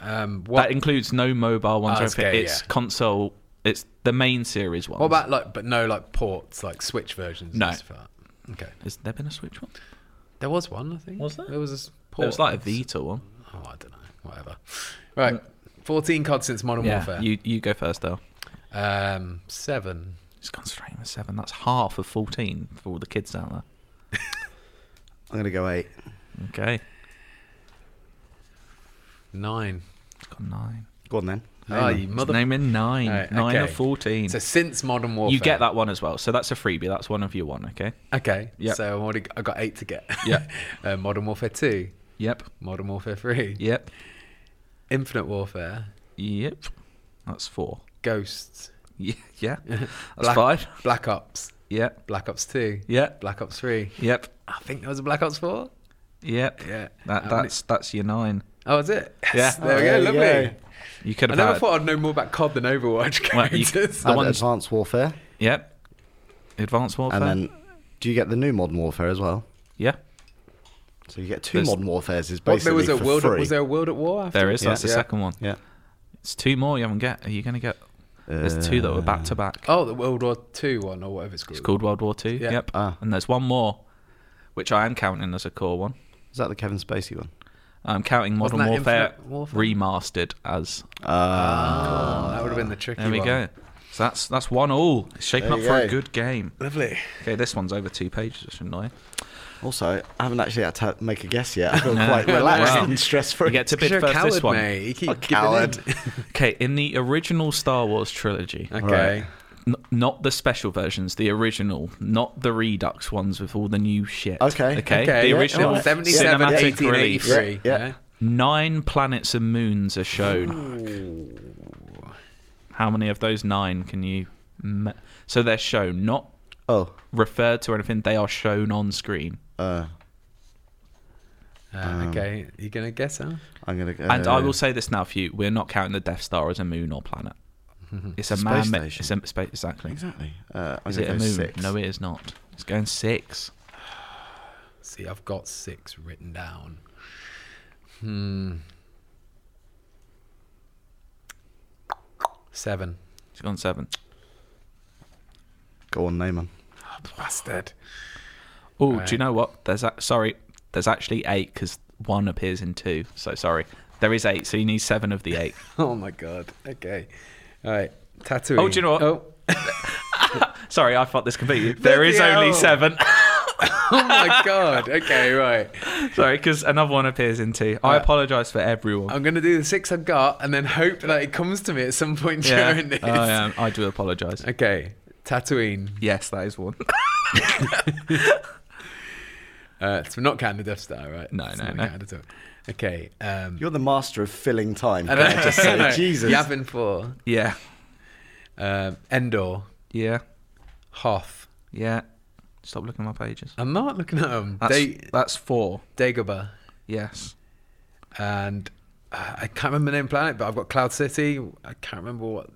S2: Um,
S1: That
S2: what,
S1: includes no mobile ones.
S2: Oh,
S1: or anything.
S2: okay,
S1: it's
S2: yeah.
S1: console. It's the main series ones.
S2: what about like, but no like ports, like Switch versions? and
S1: No.
S2: stuff like that? Okay.
S1: Has there been a Switch one?
S2: There was one, I think.
S1: Was there?
S2: There was a s- port.
S1: There was like a Vita one.
S2: Oh, I don't know. Whatever. Right. 14 COD since Modern Warfare.
S1: Mm. You you go first, though.
S2: Um, seven.
S1: It's gone straight with seven. That's half of fourteen for all the kids out there.
S3: I'm going to go eight.
S1: Okay.
S2: Nine.
S1: Got nine.
S3: Go on then.
S2: Oh, you mother.
S1: Name in nine.
S2: Right,
S1: nine
S2: okay.
S1: of fourteen.
S2: So since Modern Warfare,
S1: You get that one as well. So that's a freebie. That's one of your one. Okay.
S2: Okay.
S1: Yep.
S2: So I'm already, I got eight to get.
S1: Yep.
S2: uh, Modern Warfare Two,
S1: Yep.
S2: Modern Warfare Three,
S1: Yep.
S2: Infinite Warfare,
S1: Yep. That's four.
S2: Ghosts,
S1: Yeah. Yeah. That's
S2: Black,
S1: five.
S2: Black Ops,
S1: Yep.
S2: Black Ops Two,
S1: Yep.
S2: Black Ops Three.
S1: Yep.
S2: I think there was a Black Ops Four.
S1: Yep.
S2: Yeah. How
S1: That,
S2: many-
S1: that's that's your nine.
S2: Oh, is it?
S1: Yeah.
S2: There we go.
S3: There you
S2: Lovely.
S3: go.
S1: You could
S2: I
S1: have
S2: never
S1: had.
S2: thought I'd know more about COD than Overwatch
S1: Well, you-
S2: characters.
S1: The
S3: And
S1: ones-
S3: Advanced Warfare.
S1: Yep. Advanced Warfare.
S3: And then do you get the new Modern Warfare as well?
S1: yeah.
S3: So you get two
S1: There's-
S3: Modern Warfares is
S2: What,
S3: basically
S2: there was a
S3: for
S2: world.
S3: free.
S2: Was there a world at war? After?
S1: There is. That's the
S2: Yeah.
S1: second one.
S3: Yeah.
S1: It's two more you haven't get. Are you going to get? There's two
S3: Uh,
S1: that were back to back.
S2: Oh, the World War Two one or whatever it's called.
S1: It's called World War Two.
S2: Yeah.
S1: Yep.
S3: Ah.
S1: And there's one more, which I am counting as a core one.
S3: Is that the Kevin Spacey one?
S1: I'm counting Modern
S2: Wasn't that
S1: Warfare,
S2: Infinite Warfare?
S1: remastered as.
S2: Oh, that would have been the tricky
S1: There we
S2: one.
S1: go. So that's that's one all. It's shaping
S3: There
S1: up
S3: you
S1: for a
S3: go.
S1: good game.
S2: Lovely.
S1: Okay, this one's over two pages, which is annoying.
S3: Also, I haven't actually had to make a guess yet. I feel quite relaxed
S1: Wow.
S3: and stress free.
S1: You get to bid
S2: You're a
S1: first
S2: coward,
S1: this one.
S2: mate. You keep
S3: A
S2: giving
S3: coward.
S2: in.
S1: Okay, in the original Star Wars trilogy,
S2: Okay.
S1: n- not the special versions, the original, not the Redux ones with all the new shit.
S3: Okay,
S1: Okay.
S2: Okay,
S1: the
S2: yeah,
S1: original
S2: yeah. 77,
S1: cinematic
S2: 18,
S1: release.
S2: 83,
S3: Yeah,
S2: Yeah.
S3: yeah.
S1: Nine planets and moons are shown. How many of those nine can you? Me- so they're shown, not
S3: Oh,
S1: referred to or anything. They are shown on screen.
S3: uh,
S2: Uh, okay. You gonna guess, huh?
S3: I'm gonna. Uh,
S1: And I will say this now for you: we're not counting the Death Star as a moon or planet. It's a
S3: Space
S1: man.
S3: station.
S1: It's a space. Exactly.
S3: exactly. Uh, I'm
S1: Is
S3: gonna
S1: it a
S3: go
S1: moon?
S3: Six.
S1: No, it is not. It's going six.
S2: See, I've got six written down. Hmm. Seven.
S1: It's gone seven.
S3: Go on, Neyman.
S2: Bastard.
S1: Oh, do you know what? There's a- sorry. There's actually eight because one appears in two. So sorry. There is eight. So you need seven of the eight.
S2: Oh my god. Okay. All right. Tattooing.
S1: Oh, do you know what?
S2: Oh,
S1: Sorry, I thought this completely. There is
S2: Bloody
S1: only
S2: hell.
S1: seven.
S2: oh my god. Okay, right.
S1: sorry, because another one appears in two. I apologise for everyone.
S2: I'm gonna do the six I've got, and then hope that it comes to me at some point
S1: yeah.
S2: during this.
S1: I, um, I do apologise.
S2: Okay. Tatooine.
S1: Yes, that is one.
S2: Uh, so we're not counting the Death Star, right?
S1: No,
S2: It's
S1: no,
S2: not
S1: no.
S2: counted at all. Okay. Um,
S3: You're the master of filling time.
S2: I
S3: Can
S2: don't
S3: I just say,
S2: know.
S3: Jesus.
S2: Yavin 4,
S1: yeah.
S2: um, Endor,
S1: Yeah.
S2: Hoth.
S1: Yeah. Stop looking at my pages.
S2: I'm not looking at them.
S1: That's,
S2: Da-
S1: that's four.
S2: Dagobah.
S1: Yes.
S2: And uh, I can't remember the name of the planet, but I've got Cloud City. I can't remember what.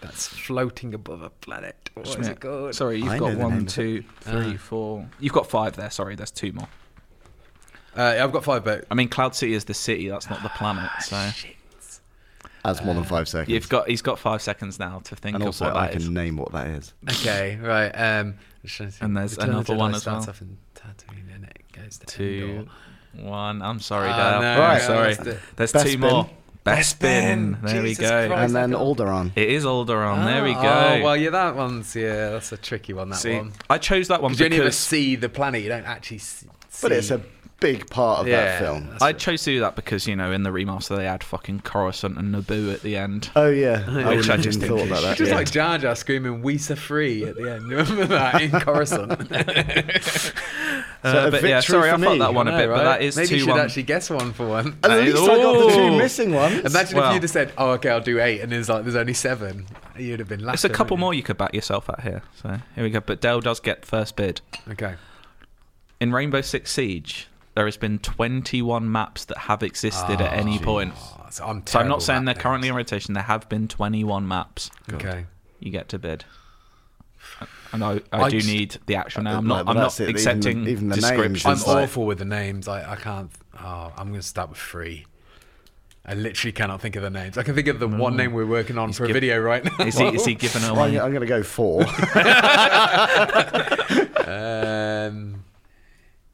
S2: That's floating above a planet. What is
S1: Yeah.
S2: it called?
S1: Sorry, you've
S3: I know
S1: got
S3: the
S1: one,
S3: name of Uh.
S1: two, three, four. You've got five there. Sorry, there's two more.
S2: Uh, yeah, I've got five, but
S1: I mean, Cloud City is the city. That's not the planet. So
S3: That's more than five seconds.
S1: you've got. He's got five seconds now to think
S3: and
S1: of
S3: also,
S1: what
S3: I
S1: that
S3: can
S1: is.
S3: name what that is.
S2: okay, right. Um, I'm just trying to think.
S1: And there's
S2: Return of the
S1: another one
S2: Jedi
S1: as
S2: starts
S1: well.
S2: off in Tatooine, and it goes to
S1: Two,
S2: Endor.
S1: one. I'm sorry,
S2: Ah,
S1: Dale.
S2: no,
S1: I'm
S3: Right.
S1: sorry.
S2: that's the-
S1: There's
S3: Best
S1: two
S3: bin.
S1: more. Best bin.
S2: bin.
S1: There we
S2: Jesus
S1: go.
S2: Christ.
S3: And then Alderaan.
S1: It is Alderaan. there we go.
S2: Oh, well, yeah, that one's yeah, that's a tricky one. That
S1: See,
S2: one.
S1: I chose that one
S2: Because you only ever
S1: because
S2: see the planet, you don't actually see.
S3: But it's a big part of
S2: Yeah.
S3: that film.
S1: I chose to do that because you know in the remaster they had fucking Coruscant and Naboo at the end.
S3: Oh yeah, I
S1: Which I
S3: wouldn't
S1: just
S3: even thought
S1: didn't
S3: about that.
S2: Just
S3: yeah.
S2: like Jar Jar screaming "Weesa free" at the end. Remember that in Coruscant?
S3: So a
S1: but yeah,
S3: victory
S1: sorry, I
S3: for
S1: thought
S3: me.
S1: that one a bit, but that is
S2: Maybe you
S1: two
S2: should
S1: one.
S2: actually guess one for one.
S3: At least I got the
S1: Ooh.
S3: two missing ones.
S2: Imagine if
S1: Well-
S2: you'd have said, "Oh, okay, I'll do eight, and it's like there's only seven. You'd have been laughing.
S1: It's a couple
S2: wouldn't
S1: more you could back yourself at here. So here we go. But Dale does get first bid.
S2: you? Okay.
S1: In Rainbow Six Siege, there has been 21 maps that have existed
S3: Ah,
S1: at any point.
S2: Oh, so I'm,
S1: So I'm
S2: terrible
S1: not saying
S2: at
S1: they're
S2: names.
S1: currently in rotation. There have been 21 maps.
S2: Okay.
S1: You get to bid. And I, I,
S2: I
S1: do
S2: just-
S1: need the actual now. I'm
S3: no,
S1: not.
S3: but
S1: I'm not
S3: that's it, even the-
S1: accepting
S3: even the names
S1: description.
S2: I'm
S3: It's like-
S2: awful with the names. I, I can't. Oh, I'm going to start with three. I literally cannot think of the names. I can think of the one name we're working on for a
S1: giv-
S2: video right now.
S1: Is he, is he giving
S3: Well, I'm,
S1: away?
S3: I'm going to go four.
S2: Um,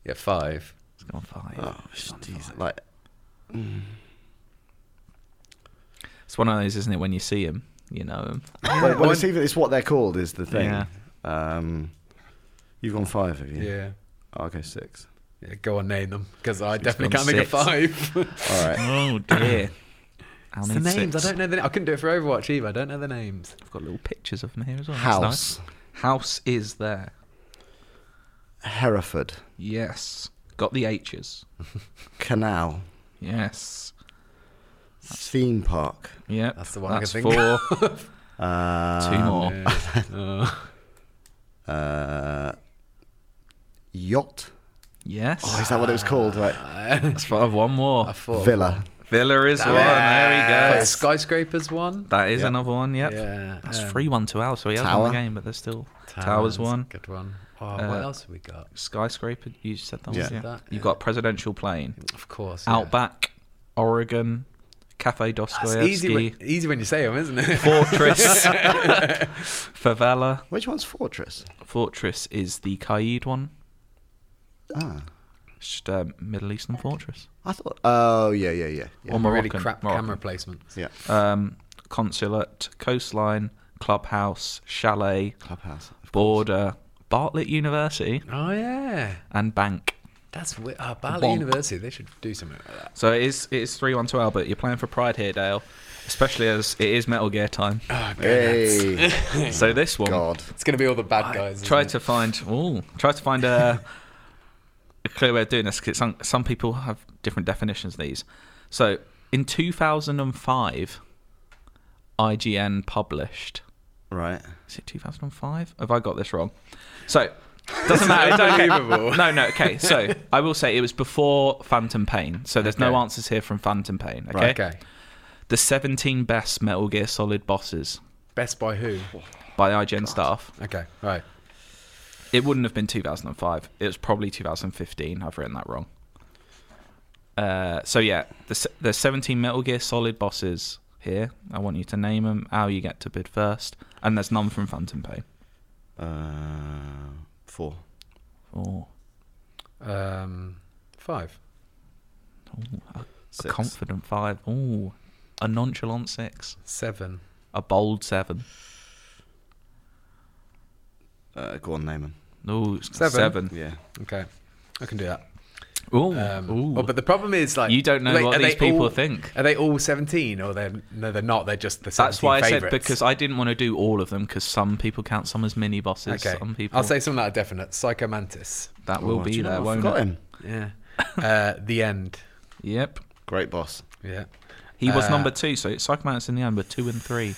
S2: yeah, five.
S1: He's gone five.
S3: like
S1: It's one of those, isn't it? When you see him, you know him.
S3: Well, well, it's even it's what they're called is the thing.
S1: Yeah.
S3: Um, you've gone five, have you?
S2: Yeah.
S3: I'll go six.
S2: Yeah, go on, name them because I definitely
S1: gone
S2: can't think of
S1: six.
S2: five.
S3: All right.
S1: Oh dear. I'll
S2: the
S1: need
S2: names,
S1: six.
S2: I don't know the. I couldn't do it for Overwatch either. I don't know the names.
S1: I've got little pictures of them here as well. That's
S3: House.
S1: nice. House is there.
S3: Hereford.
S1: Yes. Got the H's.
S3: Canal.
S1: Yes.
S3: Theme park.
S1: Yep.
S2: That's the one I
S1: That's
S2: can think Ah,
S1: four.
S3: Uh,
S1: Two more.
S3: Uh, yacht.
S1: Yes.
S3: Oh, is that what it was called? Right.
S1: That's five. One more.
S2: I thought
S3: Villa.
S1: Villa is one.
S2: I
S1: There
S2: thought
S1: we go.
S2: skyscrapers one.
S1: That is another one. Yep.
S2: Yeah,
S1: That's
S2: um,
S1: three one to Al, so he has won
S3: Tower.
S1: the game, but there's still Towers one.
S2: Good one. Oh,
S1: Uh,
S2: what else have we got?
S1: Skyscraper. You said that.
S3: Yeah.
S1: one,
S2: That,
S1: You've
S2: yeah.
S1: got Presidential Plane,
S2: Of course. yeah.
S1: Outback, Oregon, Cafe
S2: It's easy,
S1: Dostoevsky,
S2: when, easy when you say them, isn't it?
S1: Fortress, Favela.
S3: Which one's Fortress?
S1: Fortress is the Kaid one.
S3: Ah,
S1: It's just a Middle Eastern fortress.
S3: I thought. Oh yeah, yeah, yeah. yeah.
S1: Or
S2: really
S1: Moroccan,
S2: crap
S1: Moroccan.
S2: camera placements.
S3: Yeah.
S1: Um, consulate, coastline, clubhouse, chalet,
S3: Clubhouse.
S1: border, Bartlett University,
S2: Oh yeah,
S1: and bank.
S2: that's wi- uh, Bali
S1: Bonk.
S2: University. They should do something like that.
S1: So it is it is three one to Al, but you're playing for pride here, Dale. Especially as it is Metal Gear time.
S3: Hey,
S1: so this one
S3: God.
S2: It's gonna be all the bad guys.
S1: try
S2: isn't
S1: to find ooh, try to find a, a clear way of doing this because some some people have different definitions of these. So in 2005, IGN published.
S3: Right.
S1: Is it 2005? Have I got this wrong? So doesn't matter. It's okay.
S2: unbelievable.
S1: No, no. Okay. So I will say it was before Phantom Pain. So there's no
S2: Okay.
S1: answers here from Phantom Pain. Okay.
S2: it? Okay.
S1: The 17 best Metal Gear Solid bosses
S2: Best by who?
S1: by IGN staff.
S2: Okay. Right.
S1: It wouldn't have been 2005. It was probably 2015. I've written that wrong. Uh, so yeah, the se- the 17 Metal Gear Solid bosses here. I want you to name them. How you get to bid first, and there's none from Phantom Pain.
S3: Uh, four.
S1: Oh,
S2: Um, five.
S1: a confident five. Ooh, a nonchalant six.
S2: Seven.
S1: A bold seven.
S3: Uh, go on, name 'em.
S1: Ooh, it's
S2: Seven.
S1: seven.
S3: Yeah.
S2: Okay. I can do that.
S1: Ooh,
S2: Um,
S1: ooh.
S2: well, but the problem is like
S1: You don't know what
S2: are
S1: these
S2: they
S1: people
S2: all-
S1: think.
S2: Are they all seventeen or they're no? They're not. They're just the.
S1: that's
S2: 17
S1: why I said
S2: favorites.
S1: because I didn't want to do all of them because some people count some as mini bosses.
S2: Okay.
S1: Some people
S2: I'll say something like a definite. Psychomantis.
S1: that will
S3: Oh, do
S1: be
S3: you know
S1: there,
S3: what? I
S1: won't
S3: forgot
S1: it?
S3: him.
S2: Yeah. uh, the end.
S1: Yep.
S3: Great boss.
S2: Yeah.
S1: He was
S2: Uh,
S1: number two, so Psychomant's in the end were two and three.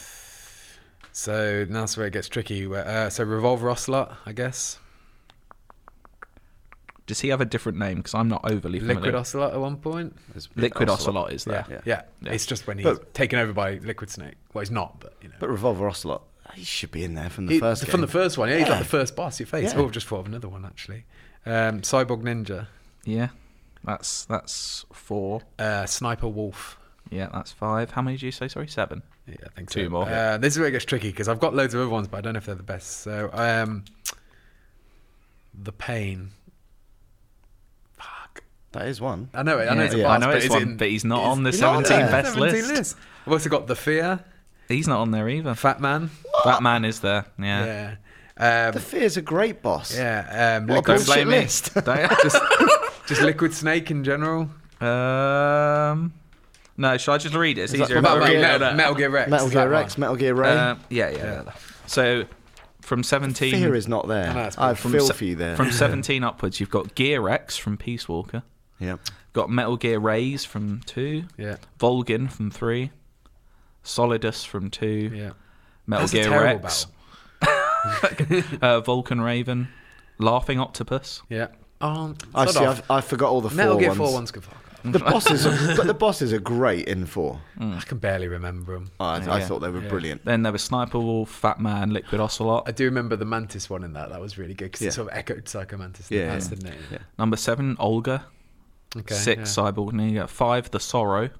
S2: So now that's where it gets tricky. where- Uh, so Revolver Ocelot, I guess.
S1: Does he have a different name? Because I'm not overly familiar.
S2: Liquid Ocelot at one point.
S3: It's-
S1: Liquid Ocelot is there.
S2: Yeah.
S3: Yeah.
S2: It's just when he's
S3: But-
S2: taken over by Liquid Snake. Well, he's not, but you know.
S3: But Revolver Ocelot, he should be in there from the
S2: He-
S3: first.
S2: from the
S3: game.
S2: first one, yeah, he's like the first boss you face.
S3: Yeah.
S2: Oh, I've just thought of another one actually. Um, Cyborg Ninja,
S1: Yeah. That's that's four.
S2: uh, Sniper Wolf.
S1: Yeah, that's five. How many do you say? Sorry, seven.
S2: Yeah, I think
S1: Two
S2: so.
S1: more.
S2: Uh, this is where it gets tricky because I've got loads of other ones, but I don't know if they're the best. So, um, the pain. Fuck.
S3: That is one.
S2: I know it. I know
S1: Yeah,
S2: it's a
S1: yeah.
S2: boss,
S1: I know
S2: but
S1: it's
S2: is
S1: one,
S2: in-
S1: but he's not
S2: is-
S1: on the
S2: he's not
S1: 17
S2: there.
S1: best
S2: 17
S1: list.
S2: I've also got the fear,
S1: He's not on there either.
S2: Fat Man.
S1: That man is there. Yeah.
S2: Yeah. Um,
S3: The Fear's a great boss.
S2: yeah. Um,
S3: What a
S2: liquid,
S3: bullshit
S1: blame me.
S3: list.
S1: Don't-
S2: just, just liquid snake in general.
S1: um. No, should I just read it? It's
S2: What
S1: easier.
S2: about
S1: if I
S2: Metal,
S1: read it.
S2: Metal, Metal Gear Rex?
S3: Metal
S2: Is that
S3: Gear Rex,
S2: one?
S3: Metal Gear Ray.
S1: Uh, yeah, yeah, yeah. So from 17.
S3: Fear is not there.
S2: know, it's
S3: I
S2: from
S3: feel
S1: se-
S3: for you there.
S1: From 17 upwards, you've got Gear X from Peace Walker.
S3: yep.
S1: Got Metal Gear Rays from two.
S2: Yeah.
S1: Volgin from three. Solidus from two.
S2: Yeah.
S1: Metal
S2: That's a
S1: Gear
S2: terrible
S1: Rex.
S2: battle.
S1: Uh, Vulcan Raven. Laughing Octopus.
S2: Yeah. Um,
S3: I
S2: sod
S3: see.
S2: off.
S3: I've, I forgot all the four
S2: Metal Gear
S3: ones.
S2: 4 ones could fuck off.
S3: The bosses, are, but the bosses are great in four.
S2: I can barely remember them.
S3: I, I
S1: yeah.
S3: thought they were brilliant.
S1: Then there was Sniper Wolf, Fat Man, Liquid Ocelot.
S2: I do remember the Mantis one in that. That was really good because
S3: Yeah.
S2: it sort of echoed Psycho Mantis in
S3: Yeah,
S2: the past,
S3: yeah.
S2: didn't it?
S1: Number seven, Olga.
S2: Okay,
S1: Six,
S2: yeah.
S1: Cyborg Ninja. Five, The Sorrow.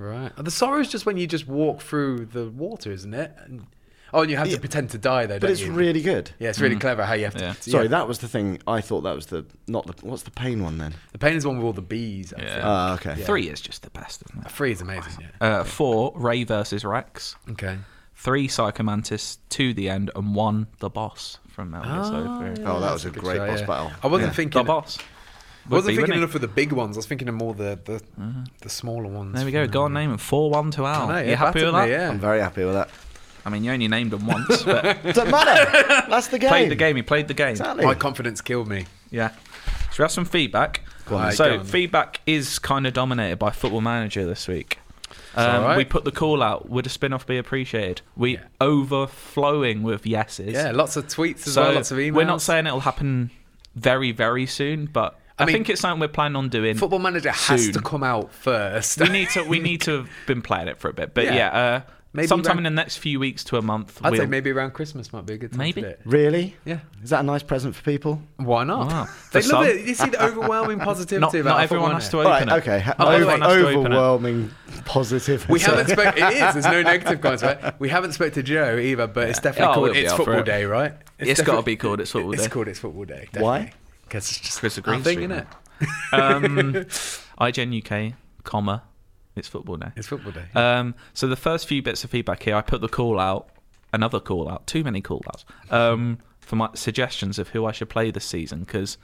S2: Right. Oh, the sorrow is just when you just walk through the water, isn't it? And, oh, and you have to pretend to die, though,
S3: But
S2: don't
S3: it's Mm.
S2: you?
S3: really good.
S2: yeah, it's really clever how you have to.
S1: Yeah.
S2: yeah.
S3: Sorry, that was the thing. I thought that was the not the what's the pain one then?
S2: The pain is one with all the bees. I yeah.
S3: Ah, okay.
S1: Three is just the best, isn't it?
S2: Three is amazing, yeah.
S1: Uh, four, Ray versus Rex.
S2: Okay.
S1: Three, Psychomantis. Two, The End. And one, The Boss from Metal Gear Solid 3.
S3: Oh, that was a great
S2: So,
S3: boss
S2: Ah, yeah.
S3: battle.
S2: I wasn't
S3: Yeah.
S1: The
S2: thinking.
S1: Boss. would
S2: I wasn't
S1: be,
S2: thinking
S1: wouldn't it?
S2: enough of the big ones. I was thinking of more the the, the smaller ones.
S1: There we go. Go on, name him. 4 1 to Al.
S2: No, yeah,
S1: you happy with
S2: back
S1: that?
S2: at me,
S3: I'm very happy with that.
S1: I mean, you only named him once, but
S3: Doesn't matter. That's the game.
S1: played the game. He played the game.
S3: Exactly.
S2: Yeah. My confidence killed me.
S1: Yeah. So we have some feedback.
S2: on, go
S1: so
S2: on.
S1: feedback is kind of dominated by Football Manager this week. Um,
S2: alright.
S1: We put the call out. Would a spin-off be appreciated? We overflowing with yeses.
S2: Yeah, lots of tweets as
S1: so
S2: well, lots of emails.
S1: we're not saying it'll happen very very soon, but I,
S2: I mean,
S1: think it's something we're planning on doing.
S2: Football Manager has
S1: Soon.
S2: to come out first.
S1: we need to we need to have been playing it for a bit, but yeah,
S2: Yeah.
S1: uh,
S2: Maybe
S1: sometime
S2: round-
S1: in the next few weeks to a month.
S2: I'd
S1: we'll,
S2: say maybe around Christmas might be a good time
S1: Maybe.
S2: to do it.
S3: Really?
S2: Yeah.
S3: Is that a nice present for people?
S2: Why not?
S1: Wow.
S2: They
S1: For
S2: love
S1: some.
S2: it. You see the overwhelming positivity
S1: not,
S2: about
S1: not
S2: our
S1: everyone
S2: Football
S1: has
S2: Manager.
S1: to
S3: All
S1: open
S3: right.
S1: it.
S3: Okay.
S1: Not everyone has to open it.
S3: overwhelming positive.
S2: We haven't spoke. It is. There's no negative comments. Right? We haven't spoke to Joe either, but it's definitely
S1: Oh,
S2: called
S1: we'll be
S2: It's
S1: up for
S2: Football
S1: it.
S2: Day, right?
S1: It's gotta
S2: definitely-
S1: be called It's Football Day.
S2: It's called It's Football Day. Definitely.
S3: Why?
S2: Because it's just
S1: Chris
S2: a
S1: agrees
S2: thing,
S1: with
S2: isn't
S1: me.
S2: it?
S1: um, IGN UK, comma, it's football now.
S2: It's Football Day.
S1: Um, so the first few bits of feedback here, I put the call out, another call out, too many call outs, um, for my suggestions of who I should play this season because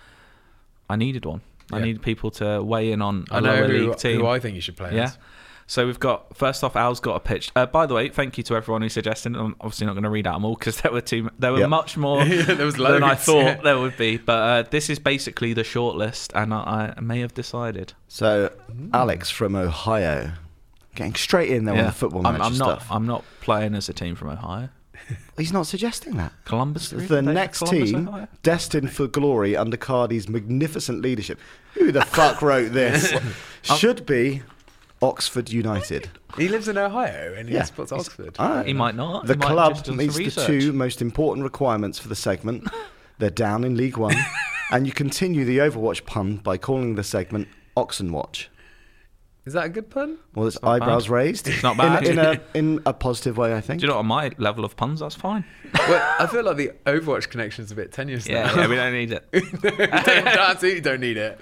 S1: I needed one. I
S2: Yeah.
S1: needed people to weigh in on a
S2: I know
S1: lower
S2: who,
S1: league team.
S2: who I think you should play.
S1: yeah.
S2: as.
S1: So we've got first off, Al's got a pitch. Uh, by the way, thank you to everyone who suggested. I'm obviously not going to read out them all because there were too there were
S3: Yep.
S1: much more
S2: there was
S1: than I
S2: loads,
S1: thought
S2: yeah.
S1: there would be. But uh, this is basically the shortlist, and I, I may have decided.
S3: So, Alex from Ohio, getting straight in there on the football
S1: I'm,
S3: manager
S1: I'm not.
S3: stuff.
S1: I'm not playing as a team from Ohio.
S3: He's not suggesting that.
S1: Columbus.
S3: The next
S1: Columbus,
S3: team,
S1: Ohio?
S3: destined for glory under Cardi's magnificent leadership. Who the fuck wrote this? Should be Oxford United.
S2: He lives in Ohio and he
S3: Yeah.
S2: supports Oxford.
S3: Ah.
S1: He might not.
S3: The
S1: He might have just
S3: club
S1: done some
S3: meets the
S1: research.
S3: two most important requirements for the segment. They're down in League One, and you continue the Overwatch pun by calling the segment Oxen Watch.
S2: Is that a good pun?
S3: Well, it's eyebrows raised. It's
S1: not bad.
S3: In, in, a, in a positive way, I think.
S1: Do you know what? My level of puns, that's fine.
S2: well, I feel like the Overwatch connection's a bit tenuous
S1: Yeah,
S2: now.
S1: yeah, we don't need it.
S2: don't, absolutely don't need it.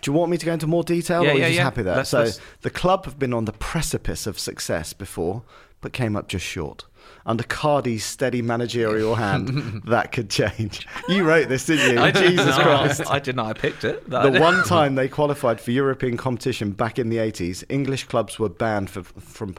S3: Do you want me to go into more detail,
S1: Yeah,
S3: or are you
S1: yeah,
S3: just
S1: yeah.
S3: happy there?
S1: Let's-
S3: so
S1: let's-
S3: the club have been on the precipice of success before, but came up just short. Under Cardi's steady managerial hand, that could change. You wrote this, didn't you?
S2: Oh,
S3: Jesus
S1: No,
S3: Christ.
S1: I did not. I picked it. That I
S3: The
S1: did.
S3: one time they qualified for European competition back in the 80s, English clubs were banned for, from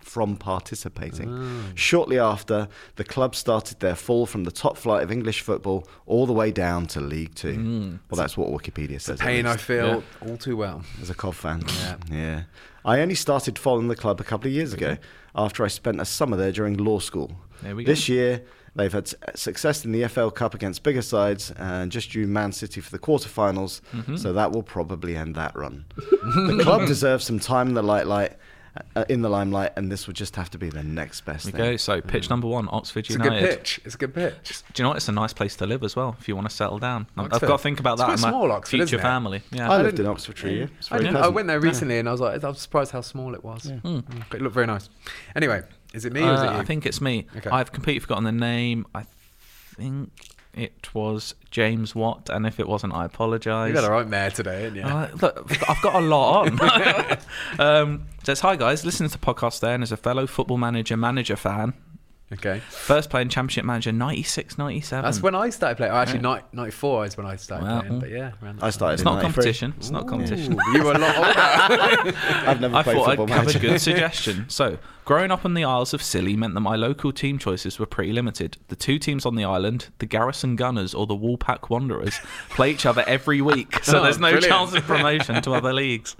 S3: from participating.
S1: Ah.
S3: Shortly after, the club started their fall from the top flight of English football all the way down to League Two.
S1: Hmm.
S3: Well, that's what Wikipedia says. at
S2: Pain I
S3: least,
S2: feel all too well.
S3: as a Cov fan. Yeah. I only started following the club a couple of years ago after I spent a summer there during law school.
S1: There we go.
S3: This year, they've had s- success in the FL Cup against bigger sides and just drew Man City for the quarterfinals,
S1: Mm-hmm.
S3: so that will probably end that run. the club deserves some time in the lightlight, uh, in the limelight, and this would just have to be the next best thing.
S1: Okay, so pitch number one, Oxford
S2: Mm. It's a
S1: United.
S2: good pitch. It's a good pitch.
S1: Do you know what? It's a nice place to live as well if you want to settle down. I've- I've
S2: Oxford.
S1: got to think about
S2: It's
S1: that
S2: quite
S1: in my
S2: small, Oxford,
S1: future
S2: isn't it?
S1: family. Yeah.
S3: I lived in Oxford for a year. It's
S2: I,
S3: very
S2: didn't- I
S3: pleasant.
S2: went there recently and I was like, I was surprised how small it was.
S3: Hmm.
S2: But it looked very nice. Anyway, is it me or is it
S1: Uh,
S2: you?
S1: I think it's me.
S2: Okay.
S1: I've completely forgotten the name. I think it was James Watt, and if it wasn't, I apologise.
S2: you got a right mayor today, didn't you?
S1: Uh, look, I've got a lot on. um, says, hi guys, listening to the podcast there, and as a fellow football manager, manager fan,
S2: okay.
S1: first playing Championship Manager 96 97.
S2: That's when I started playing. Oh, actually, ni- 94 is when I started
S1: Wow. Hmm.
S2: playing. But yeah, around
S3: I
S2: that
S3: started
S1: it's
S3: in
S1: not a
S3: 93.
S1: competition. It's not a competition.
S2: time. you were a lot older.
S3: I've never
S1: I
S3: played
S1: thought
S3: football
S1: I'd have a
S3: manager.
S1: good suggestion. So, growing up on the Isles of Scilly meant that my local team choices were pretty limited. The two teams on the island, the Garrison Gunners or the Woolpack Wanderers, play each other every week, so
S2: Oh,
S1: there's no
S2: brilliant.
S1: chance of promotion to other leagues.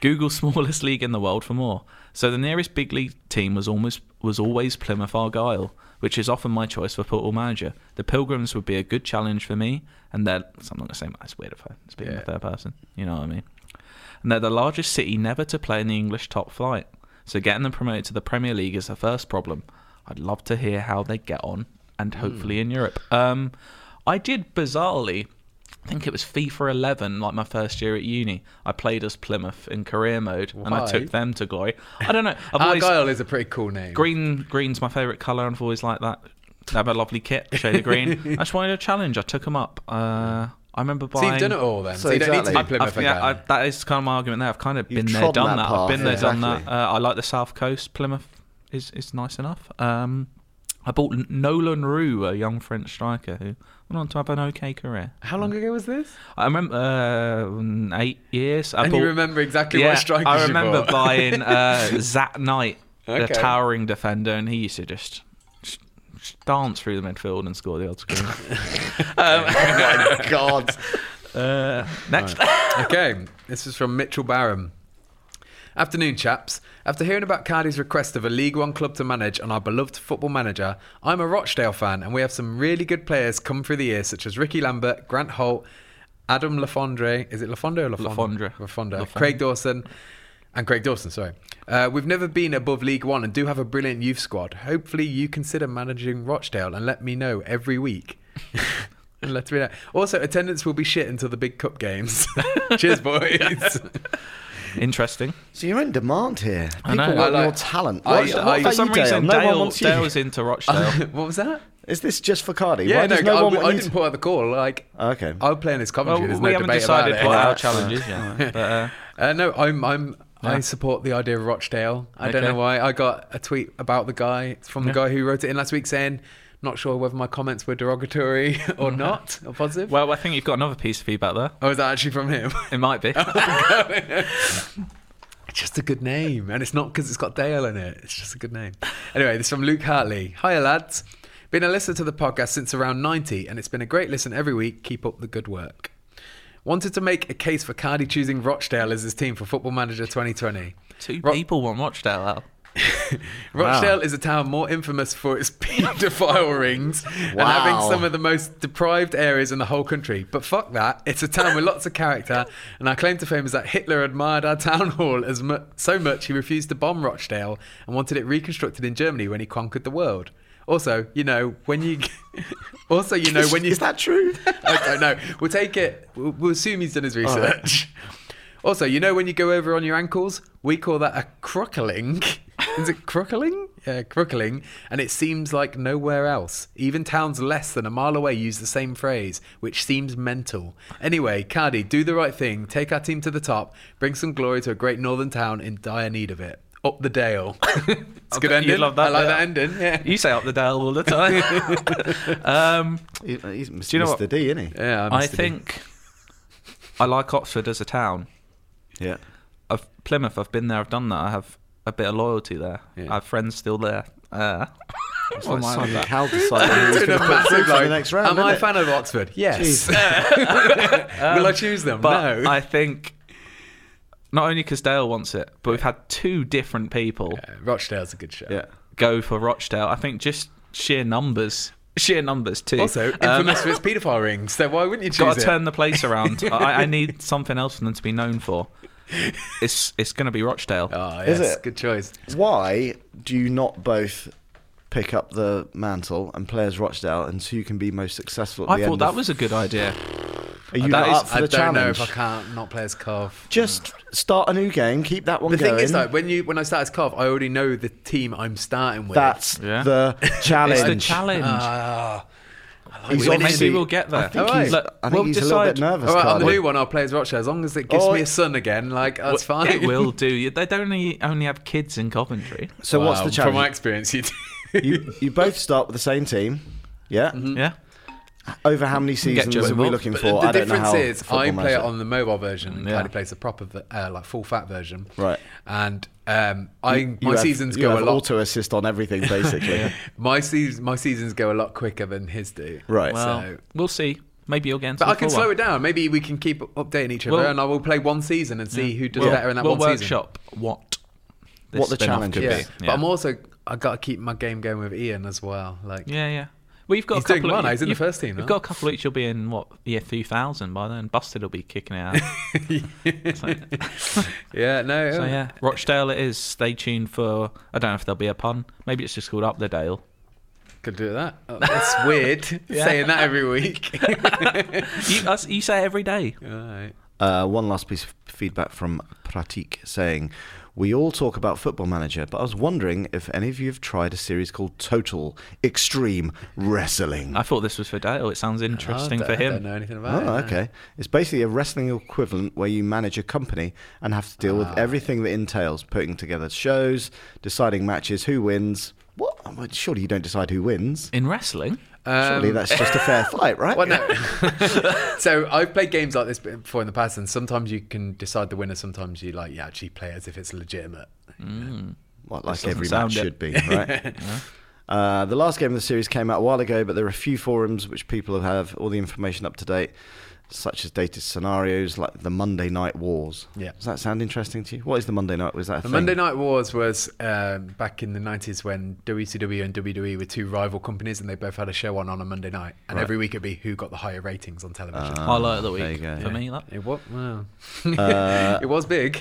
S1: Google smallest league in the world for more. So the nearest big league team was almost was always Plymouth Argyle, which is often my choice for football manager. The Pilgrims would be a good challenge for me, and they're so I'm not gonna say that's weird if I speak in the
S2: Yeah.
S1: third person. You know what I mean? And they're the largest city never to play in the English top flight. So getting them promoted to the Premier League is the first problem. I'd love to hear how they get on, and hopefully in Europe. Um, I did bizarrely I think it was FIFA 11, like my first year at uni. I played as Plymouth in career mode, and I
S2: Why? Ah,
S1: took them to glory. I don't know. I've always
S2: Argyle is a pretty cool name.
S1: green. Green's my favourite colour, and I've always liked that. They have a lovely kit, shade of green. I just wanted a challenge. I took them up. Uh, I remember
S2: So
S1: buying.
S2: you've done it all then. So,
S3: So
S2: you don't need to
S3: exactly.
S2: be Plymouth
S1: I've, yeah,
S2: again.
S1: I, that is kind of my argument there. I've kind of
S3: You've
S1: been there,
S3: trodden
S1: done that.
S3: that
S1: I've
S3: path,
S1: been there, done that.
S3: exactly.
S1: Uh, I like the South Coast. Plymouth is is nice enough. Um, I bought N- Nolan Roux, a young French striker who went on to have an okay career.
S2: How long ago was this?
S1: I remember uh, mm, eight years. I
S2: and
S1: bought-
S2: you remember exactly
S1: yeah,
S2: what strikers
S1: I
S2: you
S1: remember
S2: bought.
S1: buying uh, Zat Knight, the
S2: Okay.
S1: towering defender, and he used to just, just- just dance through the midfield and score the odd screen.
S3: God.
S1: uh, next.
S2: Okay, this is from Mitchell Barham. Afternoon, chaps. After hearing about Cardi's request of a League One club to manage and our beloved football manager, I'm a Rochdale fan, and we have some really good players come through the years, such as Ricky Lambert, Grant Holt, Adam Lafondre. Is it Lafondre or Lafondre?
S1: Lafondre.
S2: Lafondre. Craig Dawson. And Craig Dawson, sorry. Uh, we've never been above League One and do have a brilliant youth squad. Hopefully, you consider managing Rochdale and let me know every week. And Let me know. Also, attendance will be shit until the big cup games. Cheers, boys.
S1: Interesting.
S3: So you're in demand here. People
S1: know.
S3: want
S2: I like-
S3: your talent.
S2: I-
S3: What's-
S2: I-
S3: what
S2: for
S3: about
S1: For some
S3: you, Dale?
S1: reason,
S3: no one
S1: Dale,
S3: wants you.
S1: Dale's into Rochdale.
S2: what was that?
S3: Is this just for Cardi?
S2: Yeah,
S3: Why
S2: no,
S3: does no
S2: I, I
S3: one want you
S2: didn't
S3: to-
S2: put out the call. Like,
S3: Okay.
S2: I'll play in this
S1: well,
S2: commentary.
S1: we
S2: There's no
S1: haven't
S2: debate
S1: decided
S2: about it.
S1: what our challenge is yet. but, uh,
S2: Uh, no, I'm, I'm, I support the idea of Rochdale. I don't
S1: Okay.
S2: know why. I got a tweet about the guy it's from the guy who wrote it in last week saying, "Not sure whether my comments were derogatory or not, or positive."
S1: Mm-hmm. well, I think you've got another piece of feedback there.
S2: oh, is that actually from him?
S1: It might be.
S2: It's just a good name, and it's not because it's got Dale in it. It's just a good name. Anyway, this is from Luke Hartley. Hiya, lads. Been a listener to the podcast since around 90, and it's been a great listen every week. Keep up the good work. Wanted to make a case for Cardi choosing Rochdale as his team for Football Manager 2020.
S1: Two
S2: Ro-
S1: people want Rochdale. Al.
S2: Rochdale is a town more infamous for its paedophile rings and
S3: Wow.
S2: having some of the most deprived areas in the whole country. But fuck that, it's a town with lots of character, and our claim to fame is that Hitler admired our town hall as mu- so much he refused to bomb Rochdale and wanted it reconstructed in Germany when he conquered the world. Also, you know when you, also you know when you
S3: Is that true?
S2: I don't know. We'll take it. We'll, we'll assume he's done his research. Also, you know when you go over on your ankles, we call that a crookling. Is it crookling? Yeah, crookling. And it seems like nowhere else. Even towns less than a mile away use the same phrase, which seems mental. Anyway, Cardi, do the right thing. Take our team to the top. Bring some glory to a great northern town in dire need of it. Up the Dale. it's a good
S1: You'd
S2: ending.
S1: love that
S2: I like
S1: bit.
S2: that ending. Yeah.
S1: You say up the Dale all the time. um,
S3: He- He's Mr.
S1: you know what-
S3: Mr. D, isn't he?
S2: Yeah,
S1: I
S2: must have been-
S1: think I like Oxford as a town.
S3: Yeah.
S1: I've, Plymouth, I've been there, I've done that. I have a bit of loyalty there. I have friends still there. Uh,
S2: Oh
S3: Well, Simon Cowell decided he was
S2: Two
S3: going to
S2: numbers,
S3: put through
S2: it's
S3: to
S2: like,
S3: the next round.
S2: Am I a
S3: innit?
S2: fan of Oxford? Yes. Will I choose them?
S1: but
S2: no.
S1: I think not only because Dale wants it, but we've had two different people
S2: Uh, Rochdale's a good show.
S3: Yeah.
S1: go for Rochdale. I think just sheer numbers, sheer numbers too.
S2: Also,
S1: Um,
S2: infamous for its paedophile rings, so why wouldn't you choose
S1: got to
S2: it?
S1: turn the place around. I, I need something else for them to be known for. It's it's going to be Rochdale.
S2: Ah,
S3: Is
S2: yes,
S3: it?
S2: good choice.
S3: Why do you not both pick up the mantle and play as Rochdale and see who can be most successful at
S1: I
S3: the
S1: thought
S3: end
S1: that
S3: of-
S1: was a good idea.
S3: Are you
S1: that
S3: not
S1: is-
S3: up for
S2: I
S3: the
S2: don't
S3: challenge?
S2: know if I can't not play as Cov.
S3: Just start a new game, keep that one
S2: The
S3: going.
S2: thing is, like when you when I start as Cov, I already know the team I'm starting with.
S3: That's
S1: Yeah.
S3: the challenge.
S1: It's the challenge.
S2: Ah.
S3: He's
S1: Well,
S3: obviously-
S1: maybe we'll get there.
S3: I think
S2: Alright.
S3: he's,
S1: Look,
S3: I think
S1: we'll
S3: he's a
S1: decide.
S3: little bit nervous.
S2: all right, on the
S3: Carlo.
S2: new one, I'll play as Rochdale as long as it gives
S3: Oh,
S2: me a son again. Like that's
S1: Well,
S2: fine.
S1: It will do. They don't only, only have kids in Coventry.
S3: So what's
S2: Wow,
S3: the
S2: From my
S3: challenge?
S2: experience, you do.
S3: you, you both start with the same team. Yeah. Mm-hmm.
S1: Yeah.
S3: Over how many seasons
S1: Joe
S3: are we
S1: involved.
S3: looking
S2: But
S3: for?
S2: The
S3: I don't know
S2: difference
S3: how
S2: is,
S3: football
S2: I play it
S3: manager-
S2: on the mobile version.
S1: Yeah.
S2: Cardi plays the proper, ver- uh, like full fat version.
S3: Right.
S2: And um, I
S3: You
S2: my
S3: have-
S2: seasons
S3: you
S2: go a
S3: have
S2: lot.
S3: Auto assist on everything, basically.
S2: my seasons my seasons go a lot quicker than his do.
S3: Right.
S1: Well,
S2: So-
S1: we'll see. Maybe you'll get into
S2: But
S1: the
S2: I can
S1: full
S2: slow
S1: one.
S2: it down. Maybe we can keep updating each other,
S1: Well-
S2: and I will play one season and see who does
S1: We'll,
S2: better in that
S1: we'll
S2: one season.
S1: workshop what this
S3: What the
S1: spin-off
S3: challenge
S1: could
S3: is.
S2: Yeah.
S1: be.
S2: But I'm also I got to keep my game going with Ian as well. Like
S1: Yeah, yeah. Well, you've got
S2: He's
S1: a
S2: doing
S1: couple.
S2: well
S1: of,
S2: now, he's in the
S1: you've-
S2: first team
S1: You've
S2: now.
S1: got a couple each. You'll be in what year three thousand by then. Busted will be kicking it out.
S2: yeah, no.
S1: so
S2: uh,
S1: yeah, Rochdale it is. Stay tuned for. I don't know if there'll be a pun. Maybe it's just called Up the Dale.
S2: Could do that. Oh, that's weird saying that every week.
S1: You, that's, you say it every day.
S2: All right.
S3: Uh, one last piece of feedback from Pratik saying, "We all talk about Football Manager, but I was wondering if any of you have tried a series called Total Extreme Wrestling."
S1: I thought this was for Dale. It sounds interesting
S2: I
S1: for
S2: don't- I
S1: him.
S2: don't know anything about
S3: Oh,
S2: it.
S3: okay. It's basically a wrestling equivalent where you manage a company and
S2: Ah.
S3: have to deal with everything that entails putting together shows, deciding matches, who wins. What? I mean, surely you don't decide who wins.
S1: In wrestling?
S2: Um,
S3: Surely that's just a fair fight, right?
S2: Well, no. so I've played games like this before in the past, and sometimes you can decide the winner. Sometimes you like you actually play as if it's legitimate.
S3: Mm-hmm. Well, like every
S1: sound
S3: match
S1: it.
S3: should be, right? Uh, the last game of the series came out a while ago, but there are a few forums which people have all the information up to date, such as dated scenarios like the Monday Night Wars.
S2: Yeah.
S3: Does that sound interesting to you? What is the Monday Night? Was that a
S2: The
S3: thing?
S2: Monday Night Wars was um, back in the nineties when WCW and WWE were two rival companies, and they both had a show on on a Monday night, and every week it'd be who got the higher ratings on television.
S1: Highlight of the
S3: Ah, there you
S1: week.
S3: go.
S1: For me, that.
S2: it was wow.
S3: Uh.
S2: it was big.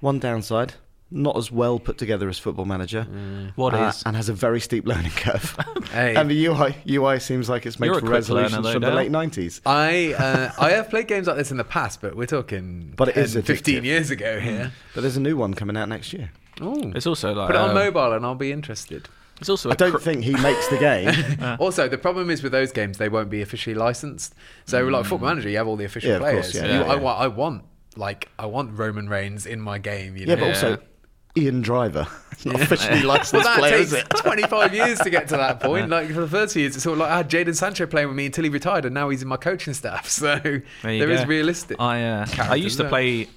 S3: One downside, not as well put together as Football Manager.
S1: Mm. What
S2: Ah,
S3: uh,
S1: is-
S3: and has a very steep learning curve.
S2: Hey.
S3: And the UI UI seems like it's made
S1: You're a
S3: for
S1: quick learner,
S3: resolutions
S1: though,
S3: from the
S1: Dale.
S3: late nineties.
S2: I uh, I have played games like this in the past, but we're talking
S3: But it is
S2: 10, fifteen
S3: addictive.
S2: years ago here.
S3: But there's a new one coming out next year.
S2: Ooh.
S1: It's also like.
S2: Put it on
S1: um,
S2: mobile, and I'll be interested.
S1: It's also
S3: I
S1: a
S3: don't
S1: cr-
S3: think he makes the game.
S2: Also, the problem is with those games, they won't be officially licensed. So, like Football Manager, you have all the official
S3: Yeah, of
S2: players.
S3: course, yeah,
S2: You-
S3: yeah,
S2: I,
S3: yeah.
S2: wa- I want, like, I want Roman Reigns in my game. You know?
S3: Yeah, but also Ian Driver. It's not officially
S2: Well,
S3: licensed
S2: that
S3: player, is
S2: takes
S3: it?
S2: 25 years to get to that point. Like for the first few years, it's sort of like I had Jaden Sancho playing with me until he retired, and now he's in my coaching staff. So there
S1: There
S2: is
S1: you go.
S2: realistic.
S1: I uh, I
S2: characters
S1: used to
S2: there.
S1: play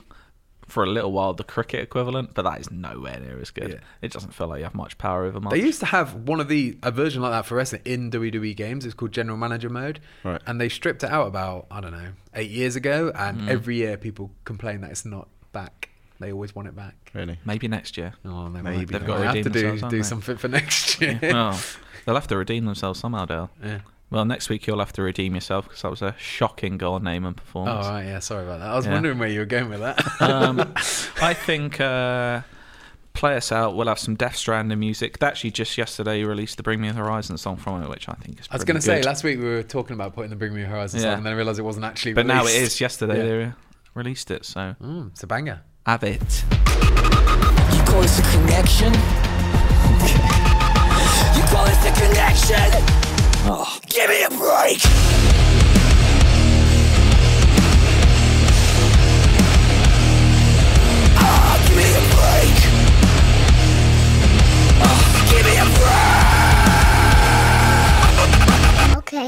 S1: for a little while the cricket equivalent, but that is nowhere near as good.
S2: Yeah.
S1: It doesn't feel like you have much power over much.
S2: They used to have one of the a version like that for wrestling in WWE games. It's called General Manager Mode,
S3: Right.
S2: and they stripped it out about I don't know eight years ago. And
S1: Mm.
S2: every year people complain that it's not back. They always want it back.
S3: Really?
S1: Maybe next year.
S2: Oh, they
S3: Maybe.
S2: might.
S3: They've
S2: They
S1: got to
S2: might have
S1: redeem
S2: to do,
S1: themselves, haven't
S2: do
S1: they?
S2: something for next year.
S1: well, Oh, they'll have to redeem themselves somehow, Dale.
S2: Yeah.
S1: Well, next week you'll have to redeem yourself because that was a shocking goal name and
S2: Oh,
S1: performance.
S2: right, yeah, sorry about that. I was
S1: Yeah.
S2: wondering where you were going with that.
S1: um, I think uh, play us out. We'll have some Death Stranding music. They actually just yesterday released the Bring Me the Horizon song from it, which I think is.
S2: I was
S1: going to
S2: say last week we were talking about putting the Bring Me Horizon
S1: Yeah.
S2: song, and then I realised it wasn't actually.
S1: but now it
S2: released.
S1: is. Yesterday
S2: Yeah.
S1: they uh, released it, so
S2: Mm, it's a banger.
S1: have it.
S6: You call this a connection? You call this a connection?
S7: Ah.
S6: Oh, give me a break! Oh, give me a break! Oh, give me a break!
S8: Okay.